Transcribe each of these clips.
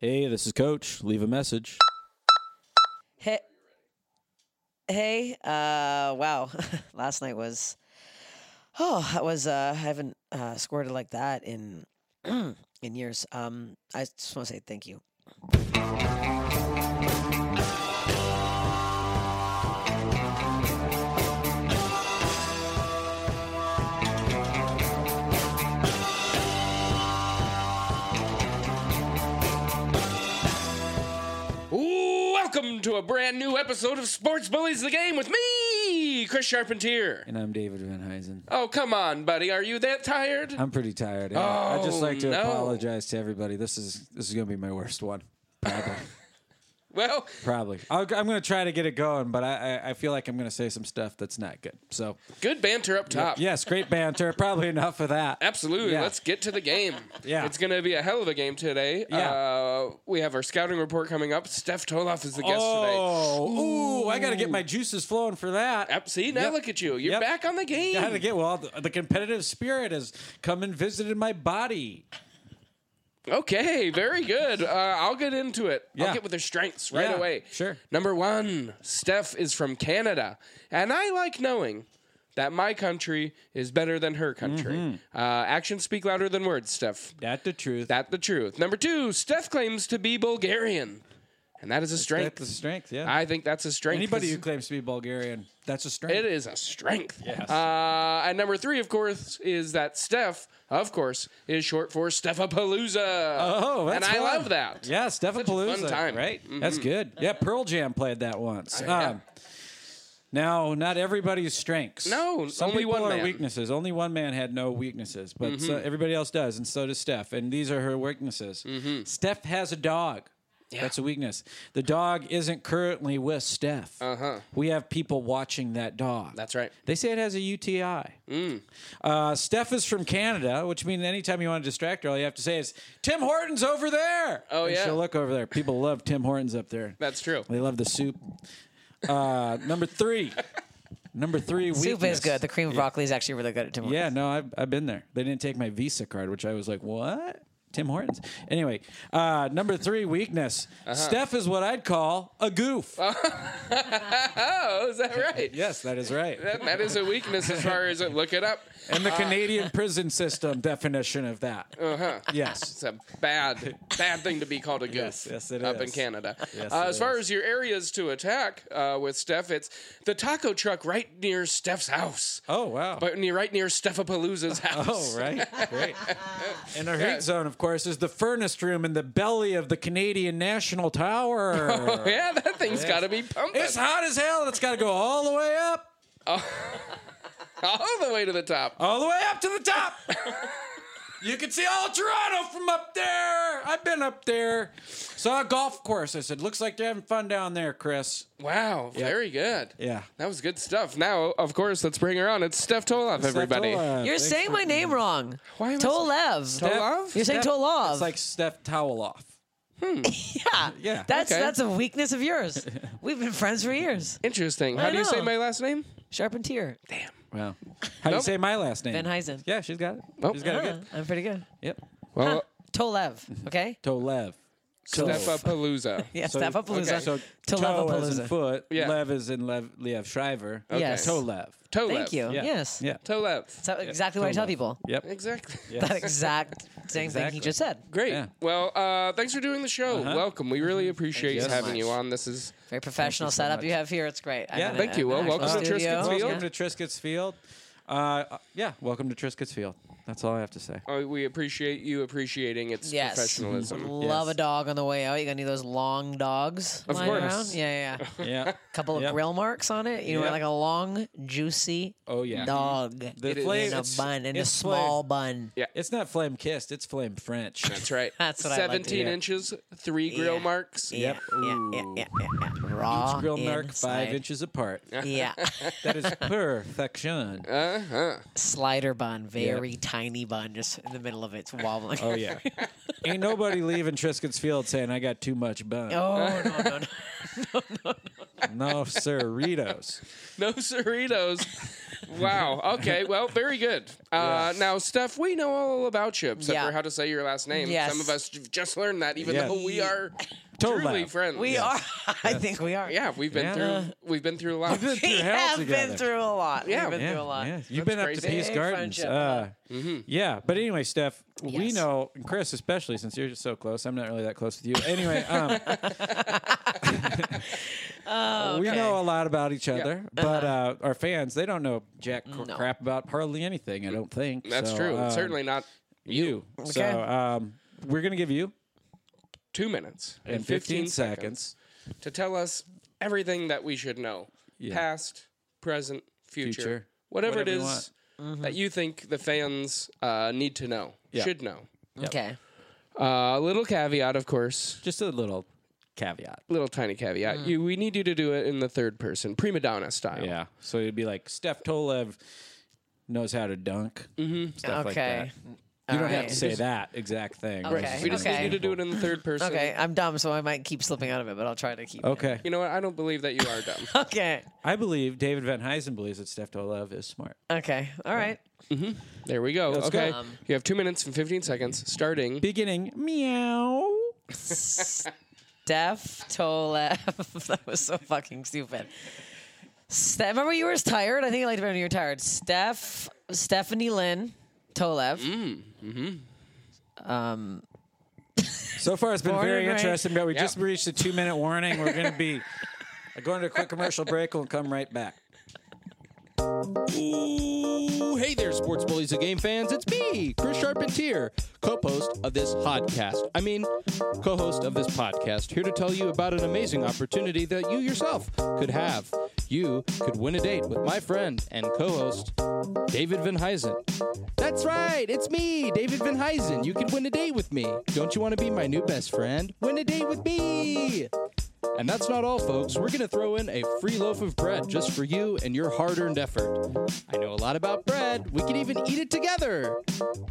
Hey, this is Coach. Leave a message. Hey, hey, uh, wow. Last night was, oh, that was, uh, I haven't, uh, squirted like that in, in years. Um, I just want to say thank you. Welcome to a brand new episode of Sports Bullies the Game with me, Chris Charpentier. And I'm David Van Huysen. Oh, come on, buddy. Are you that tired? I'm pretty tired. and I- I'd just Oh, like to no. apologize to everybody. This is this is gonna be my worst one. Probably. Well, Probably. I'll, I'm gonna try to get it going, but I, I I feel like I'm gonna say some stuff that's not good. So good banter up top. yes, great banter. Probably enough of that. Absolutely. Yeah. Let's get to the game. Yeah. It's going to be a hell of a game today. Yeah. Uh, we have our scouting report coming up. Steph Toloff is the guest Oh, ooh, I gotta get my juices flowing for that. today. Ab- See, now Yep. look at you. You're Yep. back on the game. Gotta get well. The, the competitive spirit has come and visited my body. Okay, very good. Uh, I'll get into it. Yeah. I'll get with their strengths right Yeah, away. sure. Number one, Steph is from Canada, and I like knowing that my country is better than her country. Mm-hmm. Uh, actions speak louder than words, Steph. That's the truth. That's the truth. Number two, Steph claims to be Bulgarian, and that is a strength. That's the strength. Yeah. I think that's a strength. Anybody 'cause who claims to be Bulgarian, that's a strength. it is a strength. Yes. Uh, and number three, of course, is that Steph, of course, is short for Stephapalooza. Oh, that's and I fun. love that. Yeah, Stephapalooza. fun time. Mm-hmm. Right? That's good. Yeah, Pearl Jam played that once. yeah. Um, now, not everybody's strengths. No, Some only people one are man. Mm-hmm. weaknesses. Only one man had no weaknesses, but so everybody else does, and so does Steph. And these are her weaknesses. Mm-hmm. Steph has a dog. That's a weakness. The dog isn't currently with Steph. Uh-huh. We have people watching that dog. That's right. They say it has a UTI. Mm. Uh, Steph is from Canada, which means anytime you want to distract her, all you have to say is Tim Hortons over there. Oh, And yeah. she'll look over there. People love Tim Hortons up there. That's true. They love the soup. Uh, number three. number three. Soup weakness. is good. The cream of broccoli is actually really good at Tim Hortons. Yeah, no, I've, I've been there. They didn't take my Visa card, which I was like, what? Tim Hortons. Anyway, uh, number three weakness. Uh-huh. Steph is what I'd call a goof. Oh, is that right? yes, that is right. That, that is a weakness as far as look it up. And the Canadian prison system definition of that. Uh-huh. Yes. It's a bad, bad thing to be called a goof. Yes, yes, it up in is. Canada. Yes, uh, it as far is. as your areas to attack uh, with Steph, it's the taco truck right near Steph's house. Oh, wow. But near, right near Stephapalooza's house. Oh, right. Great. And our heat zone, of course, is the furnace room in the belly of the Canadian National Tower. Yeah, that thing's got to be pumping it's hot as hell, and it's got to go all the way up, all the way to the top. all the way up to the top. you can see all of Toronto from up there. I've been up there. Saw a golf course. I said, looks like they're having fun down there, Chris. Wow, very good. Yeah. That was good stuff. Now, of course, let's bring her on. It's Steph Toloff, everybody. Steph Tolov. You're Thanks saying for- my name wrong. Why am I- Tolev. Tol- Steph- Tolov? You're saying Steph- Tolov. It's like Steph Towoloff. yeah. Yeah. That's Okay. that's a weakness of yours. We've been friends for years. Interesting. How I do you say know. my last name? Charpentier. Well, how do you Nope. say my last name? Van Uh-huh. Huysen. Yeah, she's got it. Nope. She's got it Yeah, good. I'm pretty good. Yep. Well, Tolev. Okay. Tolev. Stephapalooza. Yes, So- Steph up okay. So toe as in Tolev foot, Yeah. lev is in lev, Lev Shriver. Yes. Tolev. Tolev. Thank you. Yeah. Yes. Yeah. Tolev. That's exactly what I tell Tolev. people. Yep. Exactly. That exact same thing Exactly. he just said. Great. Yeah. Uh-huh. Well, uh, thanks for doing the show. Welcome. We Mm-hmm. really appreciate you so having much. you on. This is Very professional so setup much. you have here. It's great. I'm Yeah. in Thank a- you. an Well, actual welcome to studio. Triscuits Field. Welcome to Triscuits Field. Uh, uh, yeah, welcome to Triscuits Field. That's all I have to say. uh, we appreciate you appreciating its Yes. professionalism. Love Yes. a dog on the way out. You got any of those long dogs Of lying course. around? Yeah, yeah. yeah. Yeah. Couple of Yep. grill marks on it. You know, Yep. like a long, juicy Oh, yeah. dog The is- flame, in a it's- bun, in a it's flame- small bun. Yeah. It's not flame kissed, it's flame French. That's right. That's what I like to 17 hear. inches, three grill Yeah. marks. Yeah, yeah, yeah, yeah, yeah, yeah. Raw Each grill mark inside. five inches apart. Yeah, That is perfection. Uh, slider bun, very tiny bun, just in the middle of it, it's wobbling. Oh yeah. Ain't nobody leaving Triscuits Field saying I got too much bun. Oh no, no, no. No, sir, Ritos. No Cerritos. Wow. Okay. Well, very good. Uh, Now, Steph, we know all about you except Yeah. for how to say your last name. Yes. Some of us j- just learned that, even Yes. though we are Toe truly lab. friends. We are. I think we are. Yeah, we've been Yeah. through. We've been through a lot. We've been We through hell have together. been through a lot. Yeah. We've been Yeah, through a lot. yeah. You've been crazy. up to Peace Big Gardens. friendship. Uh, Yeah, but anyway, Steph, we Yes. know, and Chris especially, since you're just so close. I'm not really that close with you. Anyway, um, Oh, we okay. know a lot about each other, but uh, our fans, they don't know jack cr- crap about hardly anything, I don't think. That's So, true. um, It's Certainly not you. Okay. So um, we're going to give you, two minutes in 15, seconds, to tell us everything that we should know past, present, future, Future. whatever, Whatever it you Mm-hmm. is that you think the fans uh, need to know, should know. Okay. Uh, A little caveat, of course, just a little caveat. little tiny caveat. Mm. You, we need you to do it in the third person, prima donna style. Yeah. So it'd be like Steph Tolev knows how to dunk. Mm-hmm. Stuff like that. Okay. You don't All have right. to say that exact thing. This Okay. is We just an need you to do example. it in the third person. Okay. I'm dumb, so I might keep slipping out of it, but I'll try to keep. Okay. You know what? I don't believe that you are dumb. Okay. I believe David Van Huysen believes that Steph Tolev is smart. Okay. All right. There we go. Let's go. okay. Um, you have two minutes and 15 seconds starting. Beginning meow. Steph Tolev. that was so fucking stupid. Ste- remember you were tired? I think I liked it when you were tired. Steph, Stephanie Lynn Tolev. Um, So far, it's been Born very and raised- interesting, but we Yeah. just reached a two minute warning. We're going to be going to a quick commercial break. We'll come right back. Ooh, hey there, sports bullies and game fans. It's me, Chris Charpentier, co-host of this podcast. I mean, co-host of this podcast, here to tell you about an amazing opportunity that you yourself could have. You could win a date with my friend and co-host, David Van Huysen. That's right, it's me, David Van Huysen. You can win a date with me. Don't you want to be my new best friend? Win a date with me. And that's not all, folks. We're going to throw in a free loaf of bread just for you and your hard earned effort. I know a lot about bread. We can even eat it together.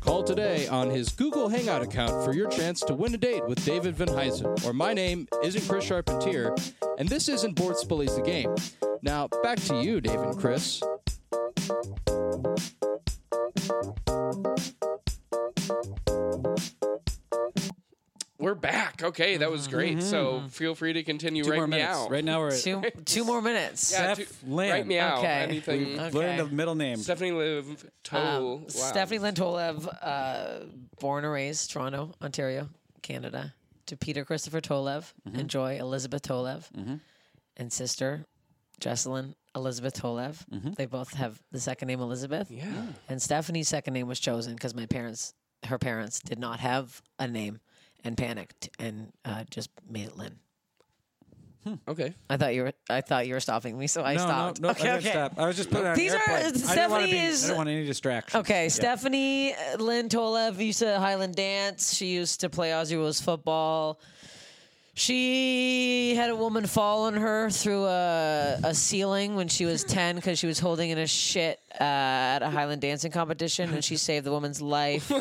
Call today on his Google Hangout account for your chance to win a date with David Van Huysen, or my name isn't Chris Charpentier, and this isn't Bort's Bullies the Game. Now, back to you, Dave and Chris. We're back. Okay. That was great. So feel free to continue Mm-hmm. Two right more minutes. now. Right now, we're two two more minutes. Yeah, Steph two- Lynn. Right meow. Okay. Anything. Okay. learned a middle name. Stephanie Liv Toe. Um, wow. Stephanie Lynn Tolev, uh, born and raised Toronto, Ontario, Canada, to Peter Christopher Tolev Mm-hmm. and Joy Elizabeth Tolev, and sister Jessalyn Elizabeth Tolev. They both have the second name Elizabeth. Mm-hmm. Yeah. And Stephanie's second name was chosen because my parents, her parents, did not have a name and panicked and uh, just made it Lynn. Okay. I thought you were. I thought you were stopping me, so I no, stopped. no, no, okay, I didn't okay. stop. I was just putting on These are- airplane. I didn't wanna Stephanie be- is- I don't want any distractions. Okay, Stephanie uh, Lynn Tolev used to Highland dance. She used to play Aussie Rules football. She had a woman fall on her through a, a ceiling when she was 10 because she was holding in a shit uh, at a Highland dancing competition, and she saved the woman's life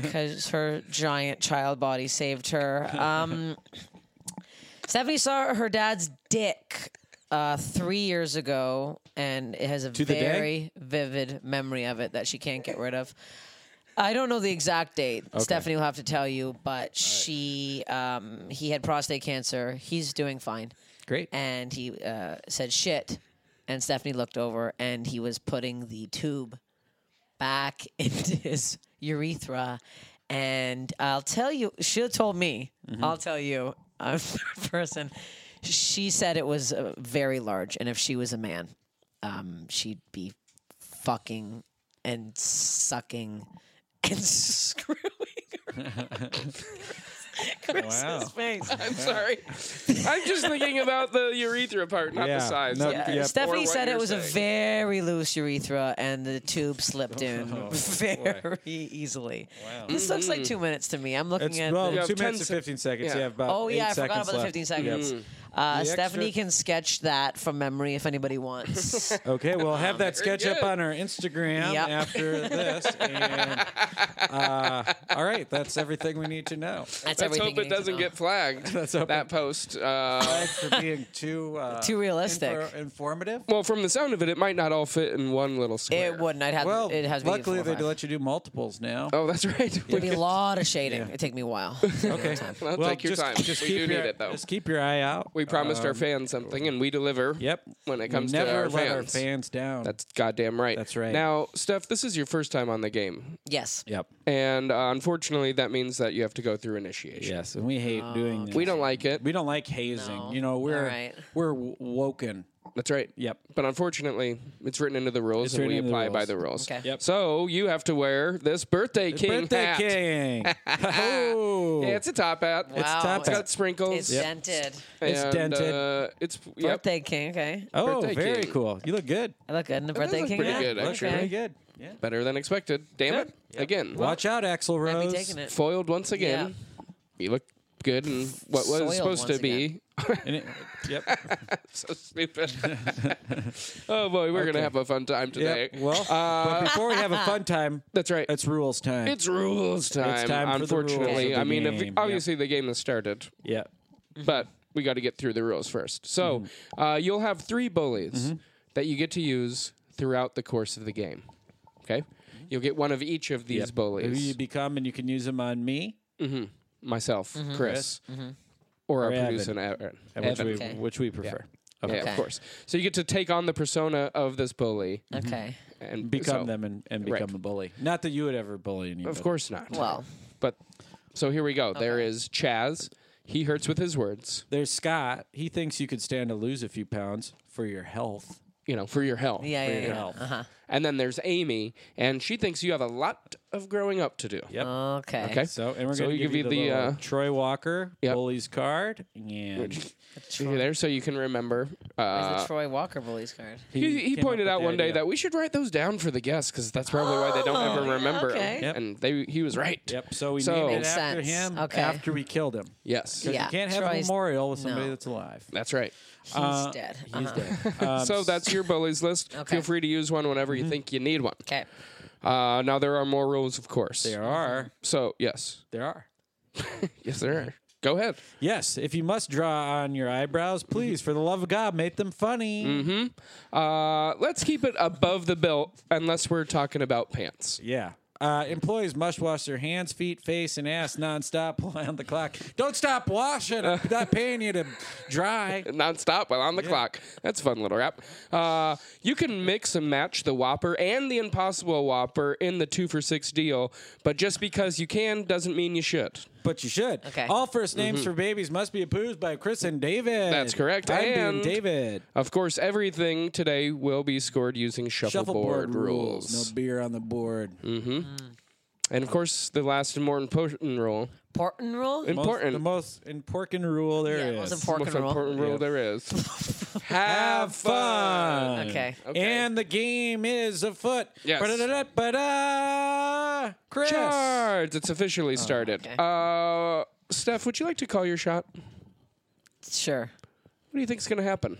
because her giant child body saved her. Um, Stephanie saw her dad's dick uh, three years ago, and it has a the day? very vivid memory of it that she can't get rid of. I don't know the exact date. Stephanie will have to tell you, but she, um, he had prostate cancer. He's doing fine, Great. and he uh, said shit, and Stephanie looked over, and he was putting the tube back into his urethra. And I'll tell you, she told me, I'll tell you, I'm third person. She said it was uh, very large. And if she was a man, um, she'd be fucking and sucking and screwing Chris's Wow. face. I'm sorry. I'm just thinking about the urethra part, not Yeah, the size. no, I'm yeah. confused. Yep. Stephanie Or what said it you're was a saying. very loose urethra and the tube slipped in Oh, very easily. This looks Mm-hmm. like two minutes to me. I'm looking It's, at well, the, have two 10 minutes and sec- 15 seconds. yeah. Yeah, about Oh yeah, eight I forgot seconds about the left. 15 seconds. Mm-hmm. Uh, The Stephanie extra- can sketch that from memory if anybody wants. Okay, we'll have that sketch up Mm. good. on our Instagram Yep. after this. And, uh, all right, that's everything we need to know. That's Let's everything. hope you it need to doesn't know. get flagged. Let's hope that it- post. Uh, Thanks for being too uh, Too realistic. infor- informative. well, from the sound of it, it might not all fit in one little square. It wouldn't. I'd have. Well, it has. to be luckily four or they five. let you do multiples now. Oh, that's right. It'd be a lot of shading. It'd take me a while. okay, Well, take your just, time. Just We keep do your, need it, though. Just keep your eye out. we promised our Um, fans something, and we deliver. Yep. When it We comes to never our let fans. our fans down. That's goddamn right. That's right. Now, Steph, this is your first time on the game, yes. yep. and uh, unfortunately, that means that you have to go through initiation. Yes, and we hate doing this. Oh, We don't like it. We don't like hazing. No. You know, we're All right. we're w- woken. That's right. Yep. But unfortunately, it's written into the rules, and written we into the apply by rules. the rules. Okay. Yep. So you have to wear this birthday king Birthday hat. king. oh. Yeah, it's a top hat. top Wow. it's- hat. It's got sprinkles. It's dented. It's and, dented. Uh, it's yep. Birthday king. Okay. oh, birthday very king. cool. You look good. I look good in the Uh, does birthday look king. pretty hat? good, Look actually. pretty Okay. good. Yeah. better than expected. Damn it! Again, Watch out, Axl I'd Rose. be taking it. foiled once again. You look good in what was Soiled supposed to once be. And it- yep. so stupid. oh boy, we're gonna Okay. have a fun time today. yep. Well, but before we have a fun time, That's right. it's rules time. Uh, It's rules time. time for the rules unfortunately, of I the mean, if- game, yep. obviously the game has started, yeah. but we got to get through the rules first. So Mm-hmm. uh, you'll have three bullies that you get to use throughout the course of the game. Okay, you'll get one of each of these Mm-hmm. Who bullies. you become, and you can use them on me, myself, Mm-hmm. Chris, or our Mm-hmm. Or Evan. producer Evan. which Evan. we, Okay. which we prefer. Yeah, of Okay. course. So you get to take on the persona of this bully Okay. and Become so- them and, and right. become a bully. Not that you would ever bully anyone. Of course not. Well. but so here we go. There is Chaz. He hurts with his words. There's Scott. He thinks you could stand to lose a few pounds for your health. You know, for your health. Yeah. Yeah. Your yeah. health. And then there's Amy, and she thinks you have a lot of growing up to do. Yep. Okay. Okay. So, and we're So going to we give you the, uh, little Troy Walker yep. bully's card, and You're there, so you can remember. Where's Uh, the Troy Walker bullies card? he, He he came pointed up with out the one day idea. that we should write those down for the guests because that's probably why they don't ever remember 'em. Oh, okay. Yep. And they, he was right. yep. So we So- named it Makes after sense. him Okay. after we killed him. Yes. 'Cause Yeah, You can't have a Troy's- memorial with somebody no. that's alive. That's right. He's dead. Uh-huh. He's He's dead. Um, Mm-hmm. So that's your bullies list. Okay. Feel free to use one whenever you think you need one. Okay. Uh, now there are more rules, of course. there are. So yes, There are. yes there are. Go ahead. Yes, if you must draw on your eyebrows, Mm-hmm. please, for the love of God, make them funny. Uh, let's keep it above the belt unless we're talking about pants. Yeah. Uh, employees must wash their hands, feet, face, and ass nonstop while on the clock. Don't stop washing. I'm not paying you to dry. Nonstop while on the clock. That's a fun little rap. Uh, you can mix and match the Whopper and the Impossible Whopper in the two for six deal, but just because you can doesn't mean you should. But you should. Okay. All first names for babies must be approved by Chris and David. That's correct. I'm And- being David. Of course, everything today will be scored using shuffleboard, Shuffleboard rules. No beer on the board. And of course, the last and more important rule. Porton rule. Most- Important. the most important rule there Yeah, is. most important- Pork and most roll. important rule Yeah. there is. Have fun. Okay. Okay. And the game is afoot. Yes. Ba-da-da-da-ba-da. Chris. Cards. It's officially started. Oh, okay. Uh, Steph, would you like to call your shot? What Sure. do you think's going to happen?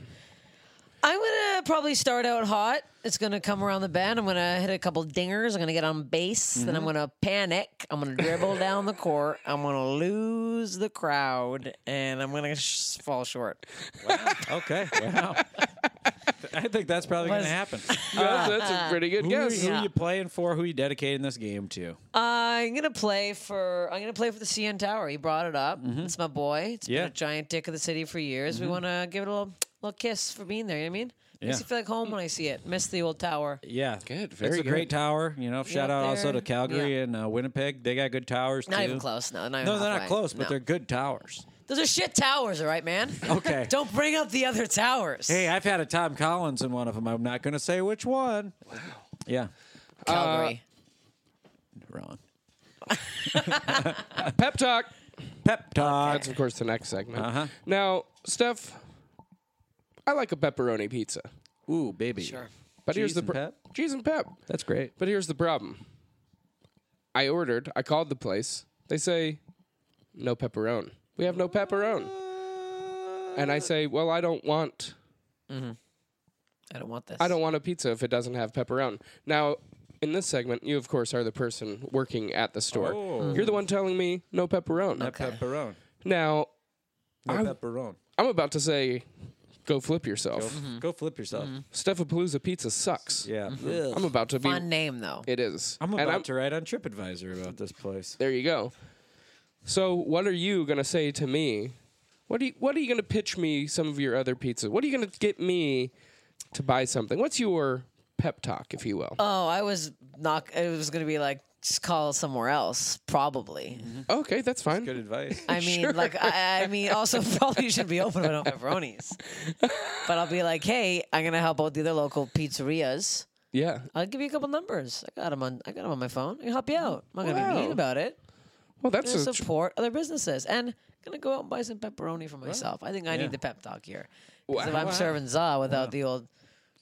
I'm gonna probably start out hot. It's gonna come around the bend. I'm gonna hit a couple dingers. I'm gonna get on base. Then I'm gonna panic. I'm gonna dribble down the court. I'm gonna lose the crowd, and I'm gonna sh- fall short. Okay. Wow. I think that's probably going Was- to happen. That's- Uh-huh. that's a pretty good Who, are, guess. who are you playing for? Who are you dedicating this game to? I'm gonna play for. I'm gonna play for the CN Tower. You brought it up. It's my boy. It's Mm-hmm. Yeah. Mm-hmm. been a giant dick of the city for years. We want to give it a little, little kiss for being there. You know what I mean? Yeah. Makes me feel like home when I see it. Miss the old tower. Yeah, Good, it's very a great good. tower. You know, shout out up also to there. Calgary Yeah. and uh, Winnipeg. They got good towers Not too. even close. No, not even No, they're not halfway. close, but No. they're good towers. those are shit towers. All right, man. Okay. Don't bring up the other towers. hey, I've had a Tom Collins in one of them. I'm not going to say which one. Wow. Yeah. uh, Calgary. Wrong. Pep talk. Pep talk. That's, of course, the next segment. Uh-huh. Now, Steph, I like a pepperoni pizza. Ooh, baby. sure. But here's Cheese the and pro- pep? cheese and pep. That's great. But here's the problem. I ordered. I called the place. They say, no pepperoni. We have no pepperoni. and I say, "Well, I don't want I don't want this. I don't want a pizza if it doesn't have pepperoni. Now, in this segment, you of course are the person working at the store. Oh. You're the one telling me no pepperoni. Pepperone. Now, No I- pepperone. I'm about to say, go flip yourself. Go, go flip yourself. Steffapalooza pizza sucks. Yeah. Mm-hmm. I'm about to be. Fun name though. It is. I'm And about to write on TripAdvisor about this place. There you go. So, what are you gonna say to me? What do you, What are you gonna pitch me? Some of your other pizza. What are you gonna get me to buy something? What's your pep talk, if you will? Oh, I was not. It was gonna be like just call somewhere else, Mm-hmm. probably. okay, that's fine. Good advice. I mean, like, I, I mean, also probably should be open if I don't have pepperonis. but I'll be like, hey, I'm gonna help out the other local pizzerias. Yeah. I'll give you a couple numbers. I got them on. I got 'em on my phone. I can help you out. I'm not gonna be mean Wow. about it. Well, I'm that's gonna a, support other businesses and gonna go out and buy some pepperoni for myself. I think I Yeah. need the pep talk here. 'Cause If Wow. I'm serving za without the old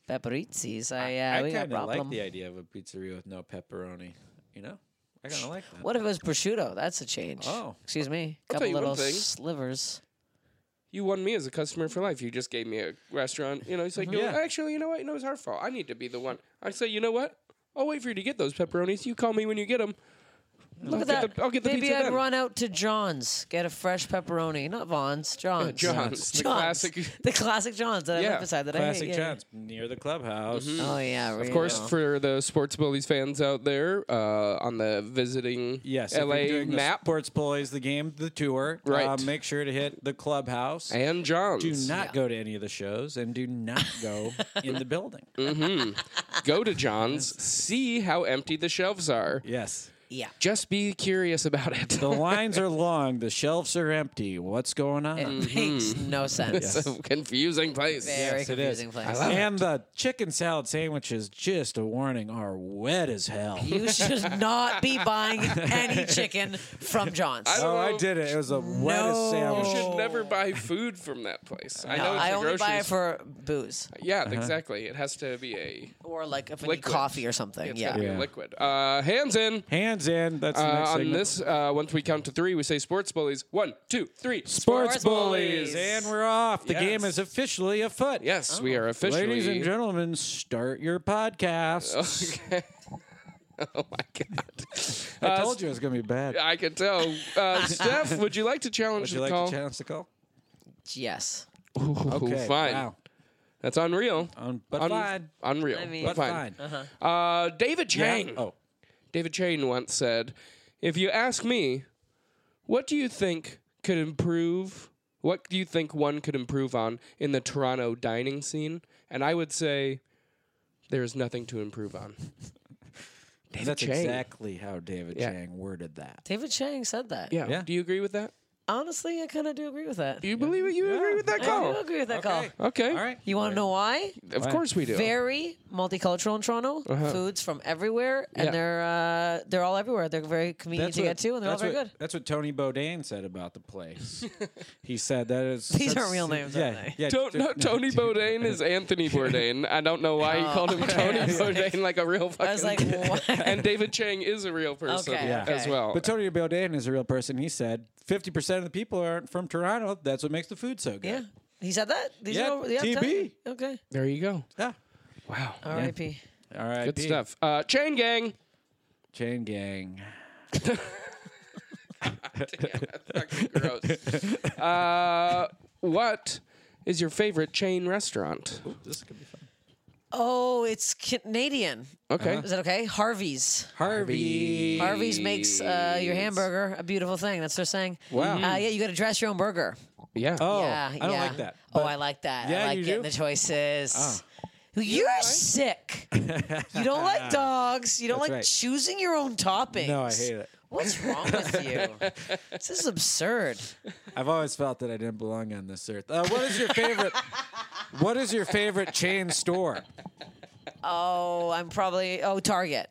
peperizis, I, uh, I we got a kind of like problem. the idea of a pizzeria with no pepperoni. You know, I kind of like that. What if it was prosciutto? That's a change. Oh. excuse me. I'll tell couple you one little thing. slivers. you won me as a customer for life. You just gave me a restaurant. You know, he's like, you know, Mm-hmm. Yeah. actually, you know what? No, it's our fault. I need to be the one. I say, you know what? I'll wait for you to get those pepperonis. You call me when you get them. Look at I'll get that. the- I'll get the Maybe pizza I'd then. run out to John's, get a fresh pepperoni, not Vaughn's, John's. John's, the classic- the classic John's that I Yeah, Mm-hmm. live beside that Classic I hate. yeah. John's near the clubhouse. Oh yeah, Of course, for the sports bullies fans out there uh, on the visiting Yes, if you're LA doing the map sports plays, the game, the tour. Right. uh, make sure to hit the clubhouse. and John's. do not go to any of the shows, and do not go in the building. Mm. go to John's, see how empty the shelves are. Yes. yeah. Just be curious about it. The lines are long. The shelves are empty. What's going on? It Mm-hmm. makes no sense. It's a confusing place. Very Yes, it is. confusing place. and the chicken salad sandwiches, just a warning, are wet as hell. You should not be buying any chicken from John's. I don't- oh, I did it. It was the wettest No. sandwich. You should never buy food from that place. I No, know it's I the only grocery buy it store. for booze Yeah, Uh-huh. exactly. It has to be a or like if I need Liquid. coffee or something. it's yeah. gotta be Yeah. liquid. Uh, hands in. Hands in. That's the Uh, next on segment. this, uh, once we count to three, we say sports bullies. One, two, three. Sports, Sports bullies. Bullies. and we're off. The Yes. game is officially afoot. Yes, we are officially. Ladies and gentlemen, start your podcast. Okay. oh my god. I Uh, told you it was going to be bad. I can tell. Uh, Steph, would you like to Would challenge you the like call? to challenge the call? Yes. Ooh, fine. Wow. That's unreal. Um, but Un- fine. Unreal. I mean- But but fine. fine. Uh-huh. Uh, David Yeah. Chang. Oh, David Chain once said, "If you ask me, what do you think could improve? What do you think one could improve on in the Toronto dining scene?" And I would say, "There is nothing to improve on." David that's Chang. exactly how David Yeah. Chang worded that. David Chang said that. Yeah. Yeah. Do you agree with that? Honestly, I kind of do agree with that. Do you believe it? You agree with that I do call? agree with that call. Okay. All right. You want to know why? Of course we do. Very multicultural in Toronto. Uh-huh. Foods from everywhere, and Yeah. they're uh, they're all everywhere. They're very convenient to get to, and they're all that's very what- good. That's what Tony Bourdain said about the place. he said that is. These that's- aren't real names, are yeah, they? Yeah, To- no, Tony Bourdain is Anthony Bourdain. I don't know why you Oh. called him Tony Bourdain like a real fucking. I was like, what? and David Chang is a real person Okay, Yeah. as okay. well. But Tony Bourdain is a real person. He said 50% of the people aren't from Toronto. That's what makes the food so good. yeah. He said that. These Yeah, are all- yeah, I'm telling TB. you. Okay. there you go. Yeah. Wow. R.I.P. All right. Good stuff. Uh, Chain Gang. Chain gang. Fucking gross. Uh, what is your favorite chain restaurant? This could be fun. Oh, it's Canadian. Okay. Is that okay? Harvey's. Harvey. Harvey's makes uh, your hamburger a beautiful thing. That's their saying. Wow. Uh, yeah, you got to dress your own burger. Yeah. Oh, yeah, I don't yeah. like that. Oh, But- I like that. Yeah, I like you getting do? Ah. the choices. You're sick. you don't like dogs. You don't That's like right. choosing your own toppings. No, I hate it. What's wrong with you? this is absurd. I've always felt that I didn't belong on this earth. Uh, what is your favorite? what is your favorite chain store? Oh, I'm probably oh Target.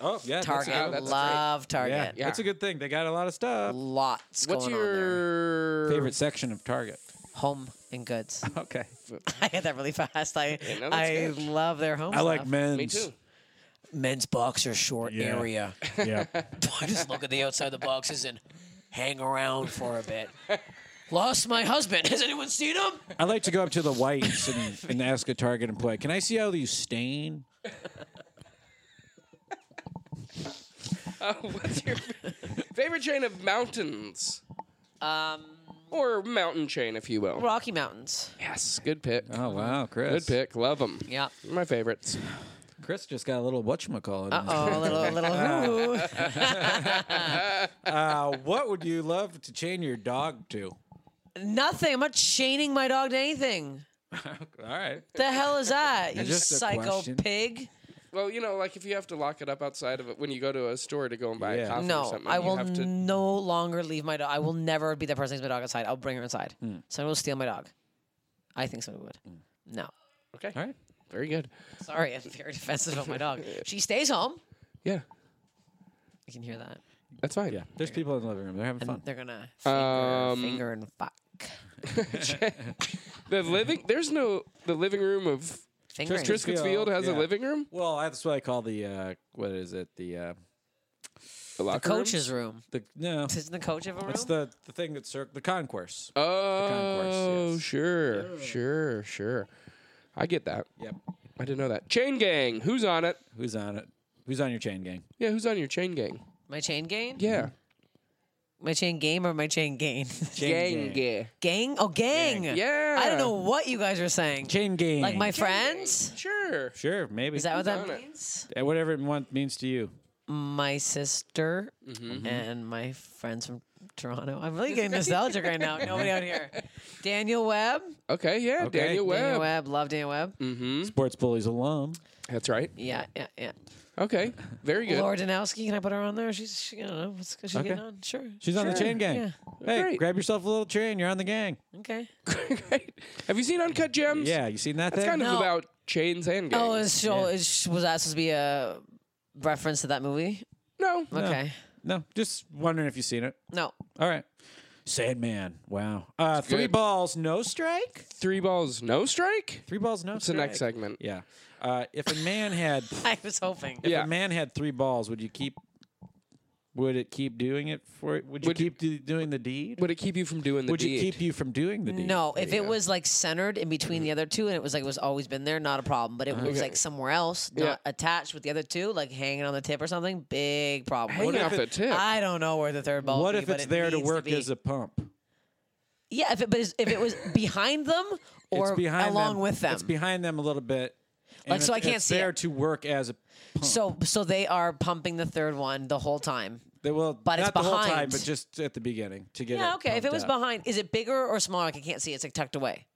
Oh yeah, That's a Target. good- Oh, that's Love yeah, Target. that's a good thing. They got a lot of stuff. Lots What's going on there. your Favorite section of Target. Home and goods. Okay. I got that really fast. I no, that's I good. love their home. I like stuff. men's. Me too. men's boxer short Yeah. area. Yeah. I just look at the outside of the boxes and hang around for a bit. Lost my husband. Has anyone seen him? I like to go up to the whites and, and ask a Target employee, "Can I see how you stain?" Uh, what's your favorite chain of mountains? Um, Or mountain chain, if you will. Rocky Mountains. Yes, good pick. Oh wow, Good Chris! pick. Love them. Yeah. My favorites. Chris just got a little whatchamacallit. in his Oh, a little, a little. Ooh. Uh, what would you love to chain your dog to? Nothing. I'm not chaining my dog to anything. All right. The hell is that? You Just a psycho question. pig. Well, you know, like if you have to lock it up outside of it when you go to a store to go and buy Yeah. a coffee or No, something, I you will have to. no longer leave my dog. I will never be the person who takes my dog outside. I'll bring her inside. Hmm. Someone will steal my dog. I think someone would. No. Okay. All right. Very good. Sorry, I'm very defensive of my dog. She stays home. Yeah. You can hear that. That's fine. Yeah. There's people in the living room. They're having And fun. they're gonna finger, Um, finger and fuck. The living there's no the living room of Finger and Triscuits Field, Field has yeah. a living room. Well, that's what I call the uh, what is it? The uh, A locker room? coach's room. the no. Isn't the coach of a room? It's the the thing that's cir- the concourse. concourse, Oh, yes. sure, sure, sure. I get that. Yep. I didn't know that. Chain gang. Who's on it? Who's on it? Who's on your chain gang? Yeah, who's on your chain gang? my chain gang? Yeah. My chain game or my chain gang? Mm-hmm. Chain gang. gang? Oh, gang. Yeah. I don't know what you guys are saying. Chain gang. Like my friends? Sure. Sure, maybe. Is that what that on it? means? Uh, whatever it want- means to you? My sister and my friends from Toronto. I'm really getting nostalgic right now. Nobody out here. Daniel Webb. Okay, yeah, Okay. Daniel Daniel Webb. Webb. Love Daniel Webb. Mm-hmm. Sports bullies alum. That's right. Yeah, yeah, yeah. Okay. Very good. Laura Danowski, can I put her on there? She's, she, I don't know. What's she Okay. getting on? Sure. She's on the sure. chain gang. Hey, Great. grab yourself a little chain. You're on the gang. Okay. Great. Have you seen Uncut Gems? Yeah, you seen that It's thing? kind of No. about chains and gangs. Oh, is, so is, was that supposed to be a reference to that movie? no. Okay. no, just wondering if you've seen it. No. All right. Sandman. Wow. Uh, three good. balls, no strike. Three balls, no strike. Three balls, no It's the strike. next segment. Yeah. Uh, if a man had, if I was hoping. Yeah. a man had three balls, would you keep? Would it keep doing it for? Would you Would- keep do, doing the deed? Would it keep you from doing the would deed? you keep you from doing the deed? No, if it was like centered in between the other two, and it was like it was always been there, not a problem. But it Uh-huh. was like somewhere else, not Yeah. attached with the other two, like hanging on the tip or something, big problem. Hanging What off if the it- tip. I don't know where the third ball. What would if be, but it's it there to needs work be. as a pump? yeah? If it but if it was behind them or it's behind along them. with them, It's behind them a little bit. and Like, so it's- I can't it's see there it. to work as a. Pump. so so they are pumping the third one the whole time. They will, But not it's the whole time, behind. but just at the beginning to get. Yeah, okay. If it pumped was up. behind, is it bigger or smaller? Like I can't see. It's like tucked away.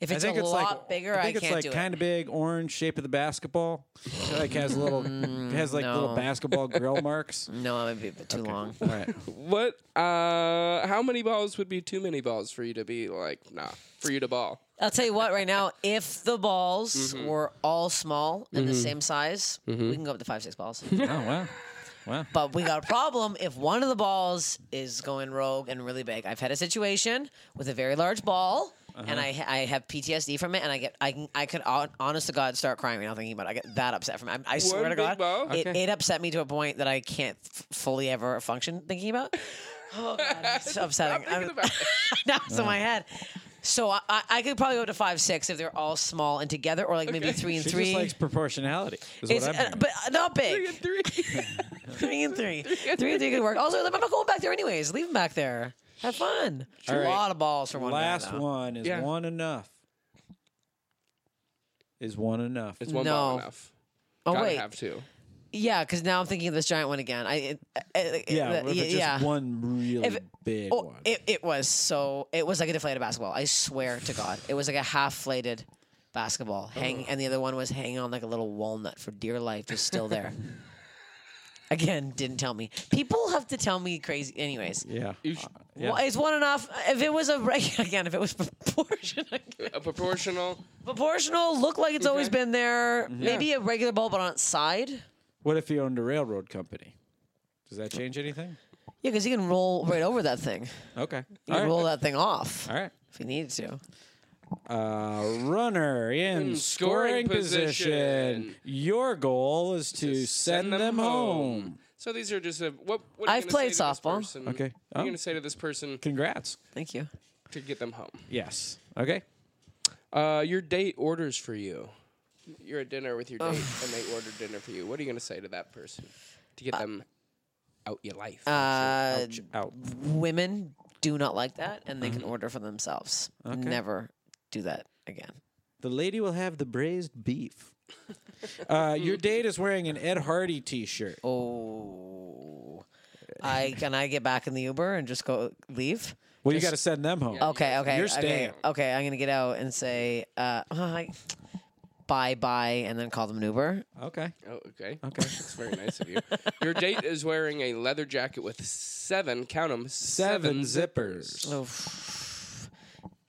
If I it's a think it's lot like bigger, I I, think can't it's like do kind it. of big, orange shape of the basketball. It, like has little has like little Mm, no. Oh, basketball grill marks. No, it might be a bit too long. All right, What? Uh, how many balls would be too many balls for you to be like, nah, for you to ball? I'll tell you what, right now, if the balls Mm-hmm. were all small and the same size, we can go up to five, six balls. Oh wow, wow. but we got a problem if one of the balls is going rogue and really big. I've had a situation with a very large ball. And I, Uh-huh. I have PTSD from it, and I get I can I could hon- honest to God start crying right now thinking about. it. I get that upset from it. I, I swear to big God, ball? it, it upset me to a point that I can't f- fully ever function thinking about. Oh God, it's upsetting. Thinking I'm- about it. Uh-huh. now it's in my head. So I, I- I could probably go to five six if they're all small and together, or like maybe three and She three. just likes proportionality. Is It's- what I'm uh, hearing. but not big. Three. Three and three. Three and three could work. Also, I'm not going back there anyways. Leave them back there. Have fun. All A right. lot of balls for one. guy, Last though. one is Yeah. one enough. Is one enough? Is one ball No. enough? Oh Gotta wait, have two. yeah, because now I'm thinking of this giant one again. I it, uh, it, yeah, uh, what if it's just yeah. one really If it- big Oh, one. it, it was so it was like a deflated basketball. I swear to God, it was like a half-flated basketball hang, and the other one was hanging on like a little walnut for dear life, just still there. Again, didn't tell me. People have to tell me crazy. Anyways, yeah. You sh- Yeah. Well, is one enough? If it was a reg- again, if it was proportion, a proportional. proportional, look like it's always Okay. been there. Mm-hmm. Maybe a regular ball, but on its side. What if he owned a railroad company? Does that change anything? Yeah, because you can roll right over that thing. Okay. You All can right. roll that thing off All right. if you needed to. Uh, runner in, scoring, scoring position. position. Your goal is to send, them home. So these are just a what. what are you I've gonna played say to this softball. person? Okay. What are Oh. you gonna say to this person Congrats. Thank you. to get them home? Yes. Okay. Uh, your date orders for you. You're at dinner with your date, and they order dinner for you. What are you gonna say to that person to get them out your life? Uh, Out your- Out. Women do not like that, and they can order for themselves. Mm-hmm. Okay. Never do that again. The lady will have the braised beef. uh, your date is wearing an Ed Hardy T-shirt. Oh, I can I get back in the Uber and just go leave? Well, you got to send them home. Okay, okay, You're okay, staying. Okay, I'm gonna get out and say uh, hi, bye, bye, and then call them an Uber. Okay. Oh, okay. Okay. That's very nice of you. Your date is wearing a leather jacket with seven, count 'em, Seven seven, zippers. Oof.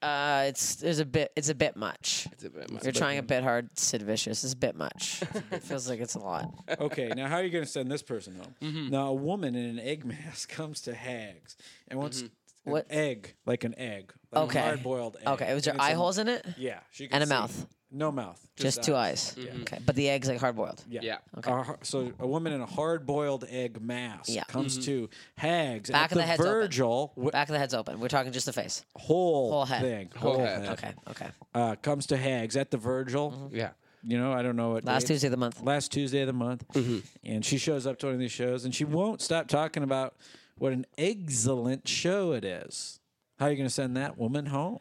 Uh, it's there's a bit. It's a bit much. It's a bit much. You're trying a bit hard, Sid Vicious. It's a bit much. it feels like it's a lot. Okay, now how are you going to send this person home? Mm-hmm. Now, a woman in an egg mask comes to Hags and wants Mm-hmm. an What- egg, like an egg, like Okay. a hard-boiled egg. Okay, was there And it's eye a- holes in it? Yeah, she And a see. mouth? No mouth, Just two eyes. Okay, but the egg's like hard boiled. Mm-hmm. Yeah. Yeah. A har- so a woman in a hard-boiled egg mask Yeah. comes Mm-hmm. to Hags Back at of the head's open. Virgil wi- Back of the head's open. We're talking just the face. whole, Whole head. thing, Whole head. Okay, okay. uh, comes to Hags at the Virgil. Yeah. You know, I don't know what Last day- Tuesday of the month. last Tuesday of the month, Mm-hmm. and she shows up to one of these shows, and she won't stop talking about what an excellent show it is. How are you going to send that woman home?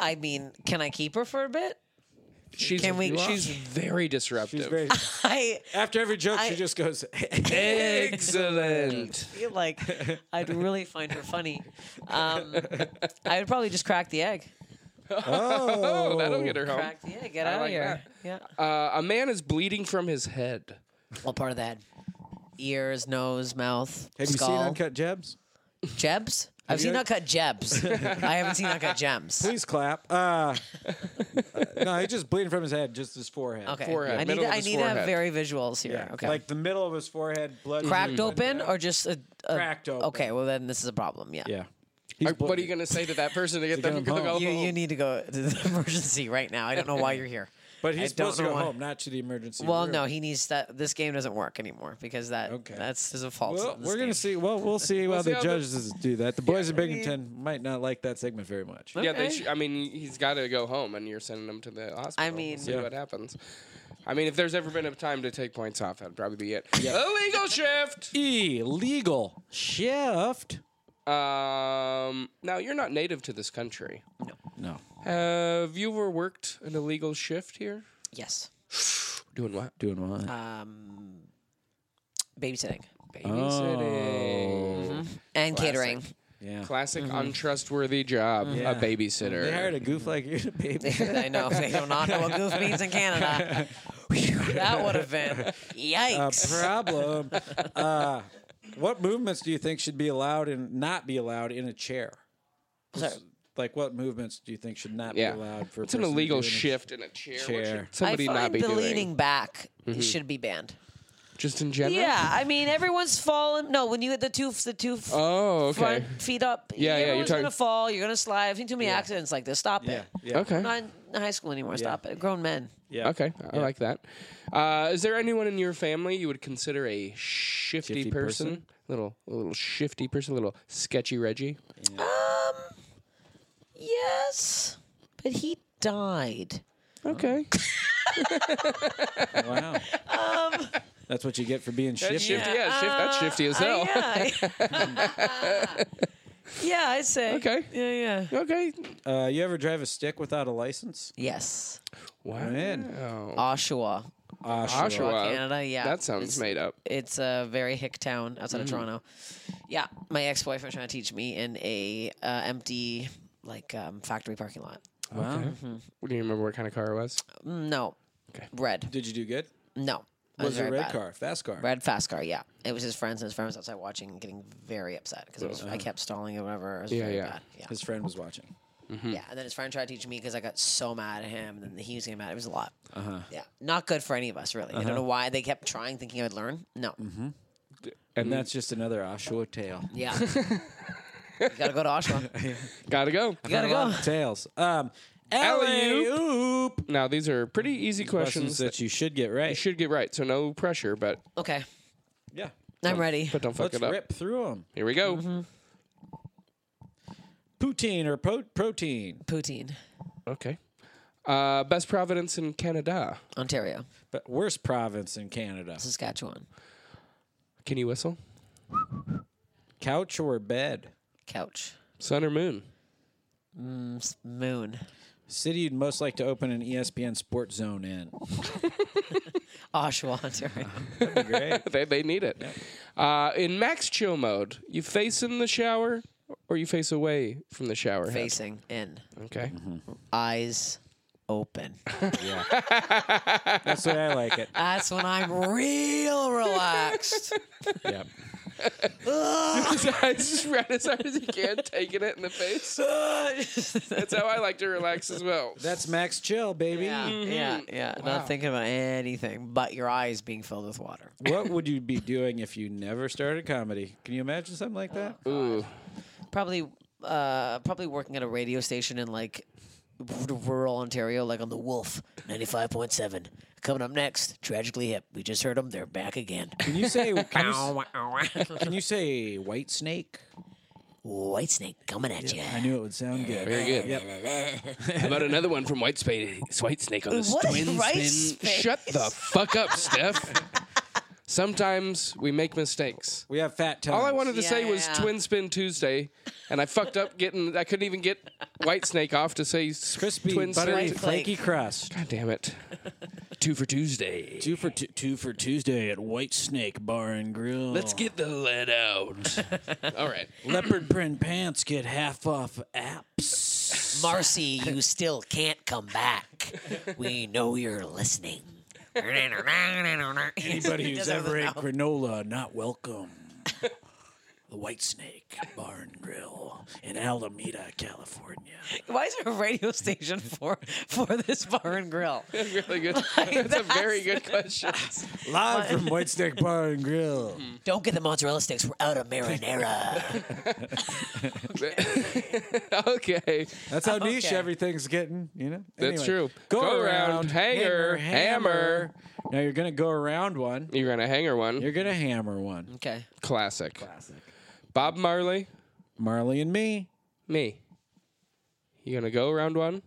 I mean, can I keep her for a bit? She's, Can we- she's very disruptive. She's very. I After every joke, I- she just goes, Excellent. feel like I'd really find her funny. Um, I would probably just crack the egg. Oh, that'll get her home. Crack the egg. Get I out like of here. that. Yeah. Uh, a man is bleeding from his head. Well, part of the head? Ears, nose, mouth, Have you skull. seen Uncut Jebs? Jebs? I've seen you- Uncut Jebs. I haven't seen Uncut Gems. Please clap. Uh, no, he's just bleeding from his head, just his forehead. Okay. Forehead, I need, middle to, of I his need to have very forehead. visuals here. Yeah, okay. Like the middle of his forehead, blood Mm-hmm. cracked open or just a, a- Cracked open. Okay, well then this is a problem. Yeah. Yeah. Are- what are you going to say to that person to get get them him to go home. You, home? you need to go to the emergency right now. I don't know why you're here. But I he's don't supposed to know go why. home, not to the emergency Well, room. no, he needs that. This game doesn't work anymore because that Okay. that's there's a fault. Well, in this we're gonna game. see. Well, we'll see how see the how the- judges do that. The boys in Binghamton might not like that segment very much. Yeah, they Okay. sh- I mean, he's got to go home, and you're sending him to the hospital. We'll mean- see Yeah. what happens. I mean, if there's ever been a time to take points off, that'd probably be it. Illegal shift. Illegal E, shift. Um, now you're not native to this country. No. Uh, Have you ever worked an illegal shift here? Yes. Doing what? Doing what? Uh, Um, babysitting Oh. Babysitting. and catering. Mm-hmm. Mm-hmm. yeah. Classic untrustworthy job. Yeah. A babysitter. They hired a goof like you to baby. I know they do not know what goof means in Canada. Whew, that would have been a yikes. problem. uh, what movements do you think should be allowed and not be allowed in a chair? Sorry. Like what movements do you think should not yeah. be allowed uh, for? a It's an person to illegal do in a- shift in a chair. What chair. should I I somebody find not be the doing? Mm-hmm. leaning back should be banned. Just in general. Yeah, I mean everyone's falling. No, when you hit the two, the two f- Oh, okay. front feet up. Yeah, yeah, you're everyone's talking- gonna fall. You're gonna slide. I've seen too many accidents like this. Stop Yeah. it. yeah. Okay. Not in high school anymore. Stop it. Grown men. Yeah. Okay, I like that. Uh, is there anyone in your family you would consider a shifty, Shifty person? person? Little, a little shifty person, a little sketchy Reggie. Um, yes, but he died. Oh. Okay, Wow. That's what you get for being Um, that's shifty. shifty. Yeah, shift. That's shifty as hell. Uh, yeah. yeah, I'd say. Okay. Yeah, yeah. okay. Uh, you ever drive a stick without a license? Yes, Wow. Man. Oshawa, Uh, sure. Oshawa, Canada. Yeah, That sounds Mm. It's- made up. It's a very hick town outside of Toronto. Yeah, my ex boyfriend trying to teach me in a uh, empty like um, factory parking lot. Wow. Do you remember what kind of car it was? No, Okay. red. Did you do good? No, I Was it a very red bad. car, fast car? Red fast car, yeah. It was his friends, and his friend was outside watching and getting very upset because I kept stalling or whatever. It was Uh-huh. Yeah, very yeah. Mm-hmm. bad. Yeah. His friend was watching. yeah. And then his friend tried to teach me because I got so mad at him, and then he was getting mad. It was a lot. Uh-huh. Yeah. Not good for any of us, really. I Uh-huh. don't know why they kept trying, thinking I would learn. No. Mm-hmm. And that's just another Oshawa tale. Yeah. you gotta go to Oshawa. You Gotta go. gotta A lot go. of Tales. Um, Alley-oop. alley-oop. Now these are pretty easy questions Questions that that you should get right. you should get right, so no pressure. But Okay. Yeah. I'm ready. But don't fuck Let's it up. rip through them. Here we go. Poutine or pro- protein? Poutine, Okay. Uh, best Providence in Canada. Ontario, But worst province in Canada. Saskatchewan, Can you whistle? Couch or bed? couch, Sun or moon? Mm, s- moon, City you'd most like to open an E ESPN Sports Zone in. Oshawa, Ontario. Great. they, they need it. Uh, in max chill mode, you face in the shower or you face away from the shower. head? Facing in, Okay. eyes open. That's the way I like it. That's when I'm real relaxed. Yep. His eyes just red as hard as he can, taking it in the face. That's how I like to relax as well. That's Max Chill, baby. Yeah, yeah, yeah. Not thinking about anything but your eyes being filled with water. What would you be doing if you never started comedy? Can you imagine something like that? Ooh. Probably, uh, probably working at a radio station in like r- rural Ontario, like on the Wolf ninety five point seven. Coming up next, tragically hip. We just heard them. They're back again. Can you say can you, s- can you say white snake? White Snake coming at you. I knew it would sound good. Very good. How about another one from White Spade, White Snake on the What is twin White spin? Spade? Shut the fuck up, Steph. Sometimes we make mistakes. We have fat tongues. All I wanted to say was Yeah. Twin Spin Tuesday, and I fucked up getting. I couldn't even get White Snake off to say s- crispy, Twin buttery, Spin. flake. flaky crust. God damn it! Two for Tuesday. Two for t- two for Tuesday at White Snake Bar and Grill. Let's get the lead out. All right. leopard print pants. Get half off apps. Marcy, you still can't come back. We know you're listening. Anybody who's Doesn't ever ate know. granola, not welcome. the White Snake Barn Grill in Alameda, California. Why is there a radio station for for this bar and grill? Really good. That's, a very good question. Live from White Snake Bar and Grill. Don't get the mozzarella sticks. We're out of marinara. okay. That's how niche Uh, Okay. everything's getting, you know? That's true. Go, Go around, around, hanger, hammer. Now you're going to go around one. You're gonna hanger one. You're going to hammer one. okay. Classic. Bob Marley, Marley and me. me. You're gonna go around one.